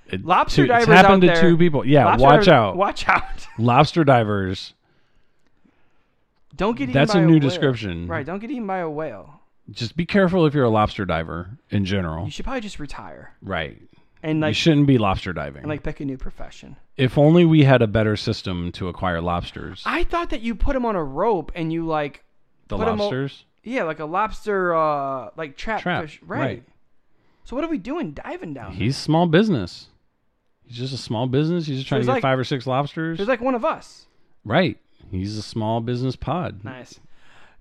B: It-
A: Lobster
B: two-
A: divers
B: It's happened
A: out
B: to
A: there-
B: two people. Yeah,
A: Lobster
B: watch
A: divers-
B: out.
A: Watch out!
B: Lobster divers.
A: Don't get eaten.
B: That's
A: by
B: a new
A: whale.
B: description.
A: Right? Don't get eaten by a whale.
B: Just be careful if you're a lobster diver in general.
A: You should probably just retire
B: right.
A: and
B: you
A: like
B: shouldn't be lobster diving.
A: and like pick a new profession.
B: if only we had a better system to acquire lobsters.
A: I thought that you put them on a rope and you like
B: the
A: put 'em o-
B: lobsters.
A: yeah like a lobster uh like trap,
B: Trap,
A: fish
B: right.
A: So what are we doing diving down? there?
B: He's small business. He's just a small business. He's just trying
A: he's
B: to get
A: like-
B: five or six lobsters.
A: There's like one of us.
B: right. He's a small business pod.
A: Nice.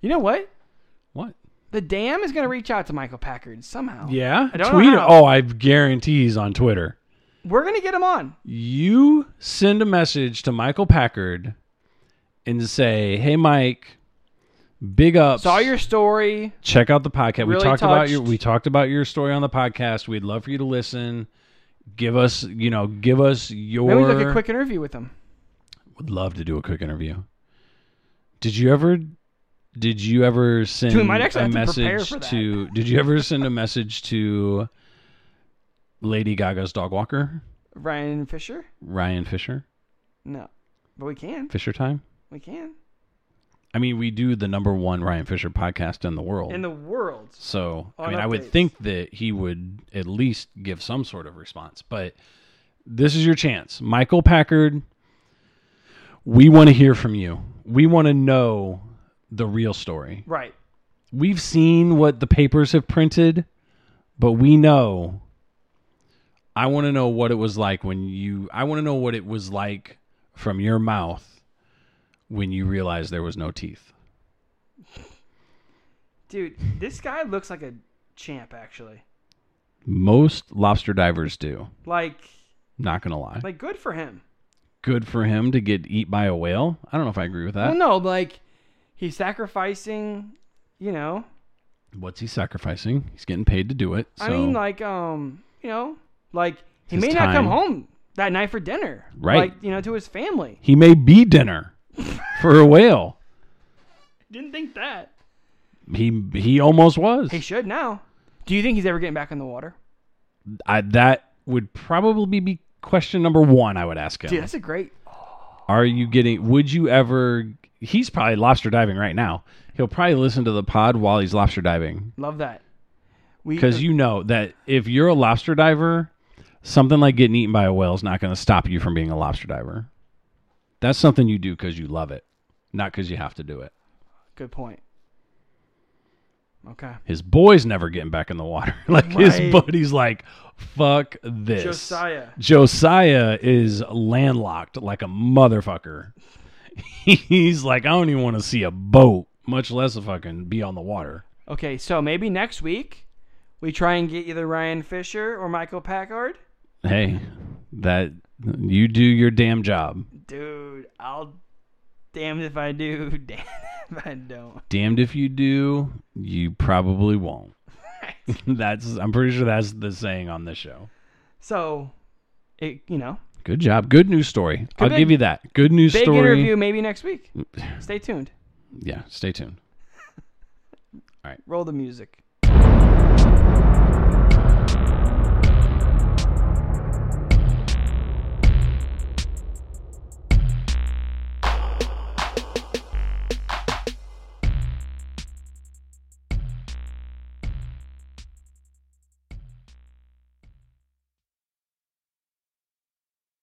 A: You know what?
B: What?
A: The dam is going to reach out to Michael Packard somehow.
B: Yeah.
A: I don't
B: Tweet
A: know.
B: him. Oh, I guarantee he's on Twitter.
A: We're going to get him on.
B: You send a message to Michael Packard and say, "Hey, Mike, big up.
A: Saw your story.
B: check out the podcast. we
A: Really
B: talked about your
A: touched.
B: we talked about your story on the podcast. We'd love for you to listen. Give us, you know, give us your.
A: Maybe we took a quick interview with him.
B: Would love to do a quick interview. Did you ever? Did you ever send
A: Dude, we might actually
B: a
A: have to prepare
B: message
A: for that.
B: to? Did you ever send a message to Lady Gaga's dog walker,
A: Ryan Fisher?
B: Ryan Fisher?
A: No. But we can.
B: Fisher time.
A: We can.
B: I mean, we do the number one Ryan Fisher podcast in the world.
A: In the world.
B: So I
A: On
B: mean, I would
A: updates.
B: think that he would at least give some sort of response. But this is your chance, Michael Packard. We want to hear from you. We want to know the real story.
A: Right.
B: We've seen what the papers have printed, but we know. I want to know what it was like when you. I want to know what it was like from your mouth when you realized there was no teeth.
A: Dude, this guy looks like a champ, actually.
B: Most lobster divers do.
A: Like,
B: Not gonna lie.
A: like good for him.
B: good for him to get eat by a whale. I don't know if I agree with
A: Well,
B: that.
A: no, like, he's sacrificing, you know.
B: What's he sacrificing? He's getting paid to do it. So
A: I mean, like, um, you know, like, he
B: His
A: may not
B: time.
A: come home that night for dinner.
B: Right.
A: Like, you know, to his family.
B: he may be dinner for a whale.
A: Didn't think that.
B: He he almost was.
A: He should now. Do you think he's ever getting back in the water?
B: I, that would probably be question number one. I would ask him.
A: Dude, that's a great.
B: Are you getting? Would you ever? He's probably lobster diving right now. He'll probably listen to the pod while he's lobster diving
A: Love that. We uh,
B: because you know that if you're a lobster diver, something like getting eaten by a whale is not going to stop you from being a lobster diver. That's something you do because you love it, not because you have to do it.
A: Good point. Okay.
B: His boy's never getting back in the water. like his
A: Right.
B: buddy's like, "Fuck this."
A: Josiah.
B: Josiah is landlocked like a motherfucker. He's like, I don't even want to see a boat, much less a fucking be on the water.
A: Okay, so maybe next week we try and get either Ryan Fisher or Michael Packard.
B: Hey, that you do your damn job.
A: Dude, I'll damned if I do, damned if I don't.
B: damned if you do, you probably won't. that's I'm pretty sure that's the saying on this show.
A: So, it you know,
B: Good job. Good news story. I'll
A: big-
B: give you that. Good news
A: big
B: story.
A: interview maybe next week. Stay tuned.
B: Yeah, stay tuned.
A: Roll the music.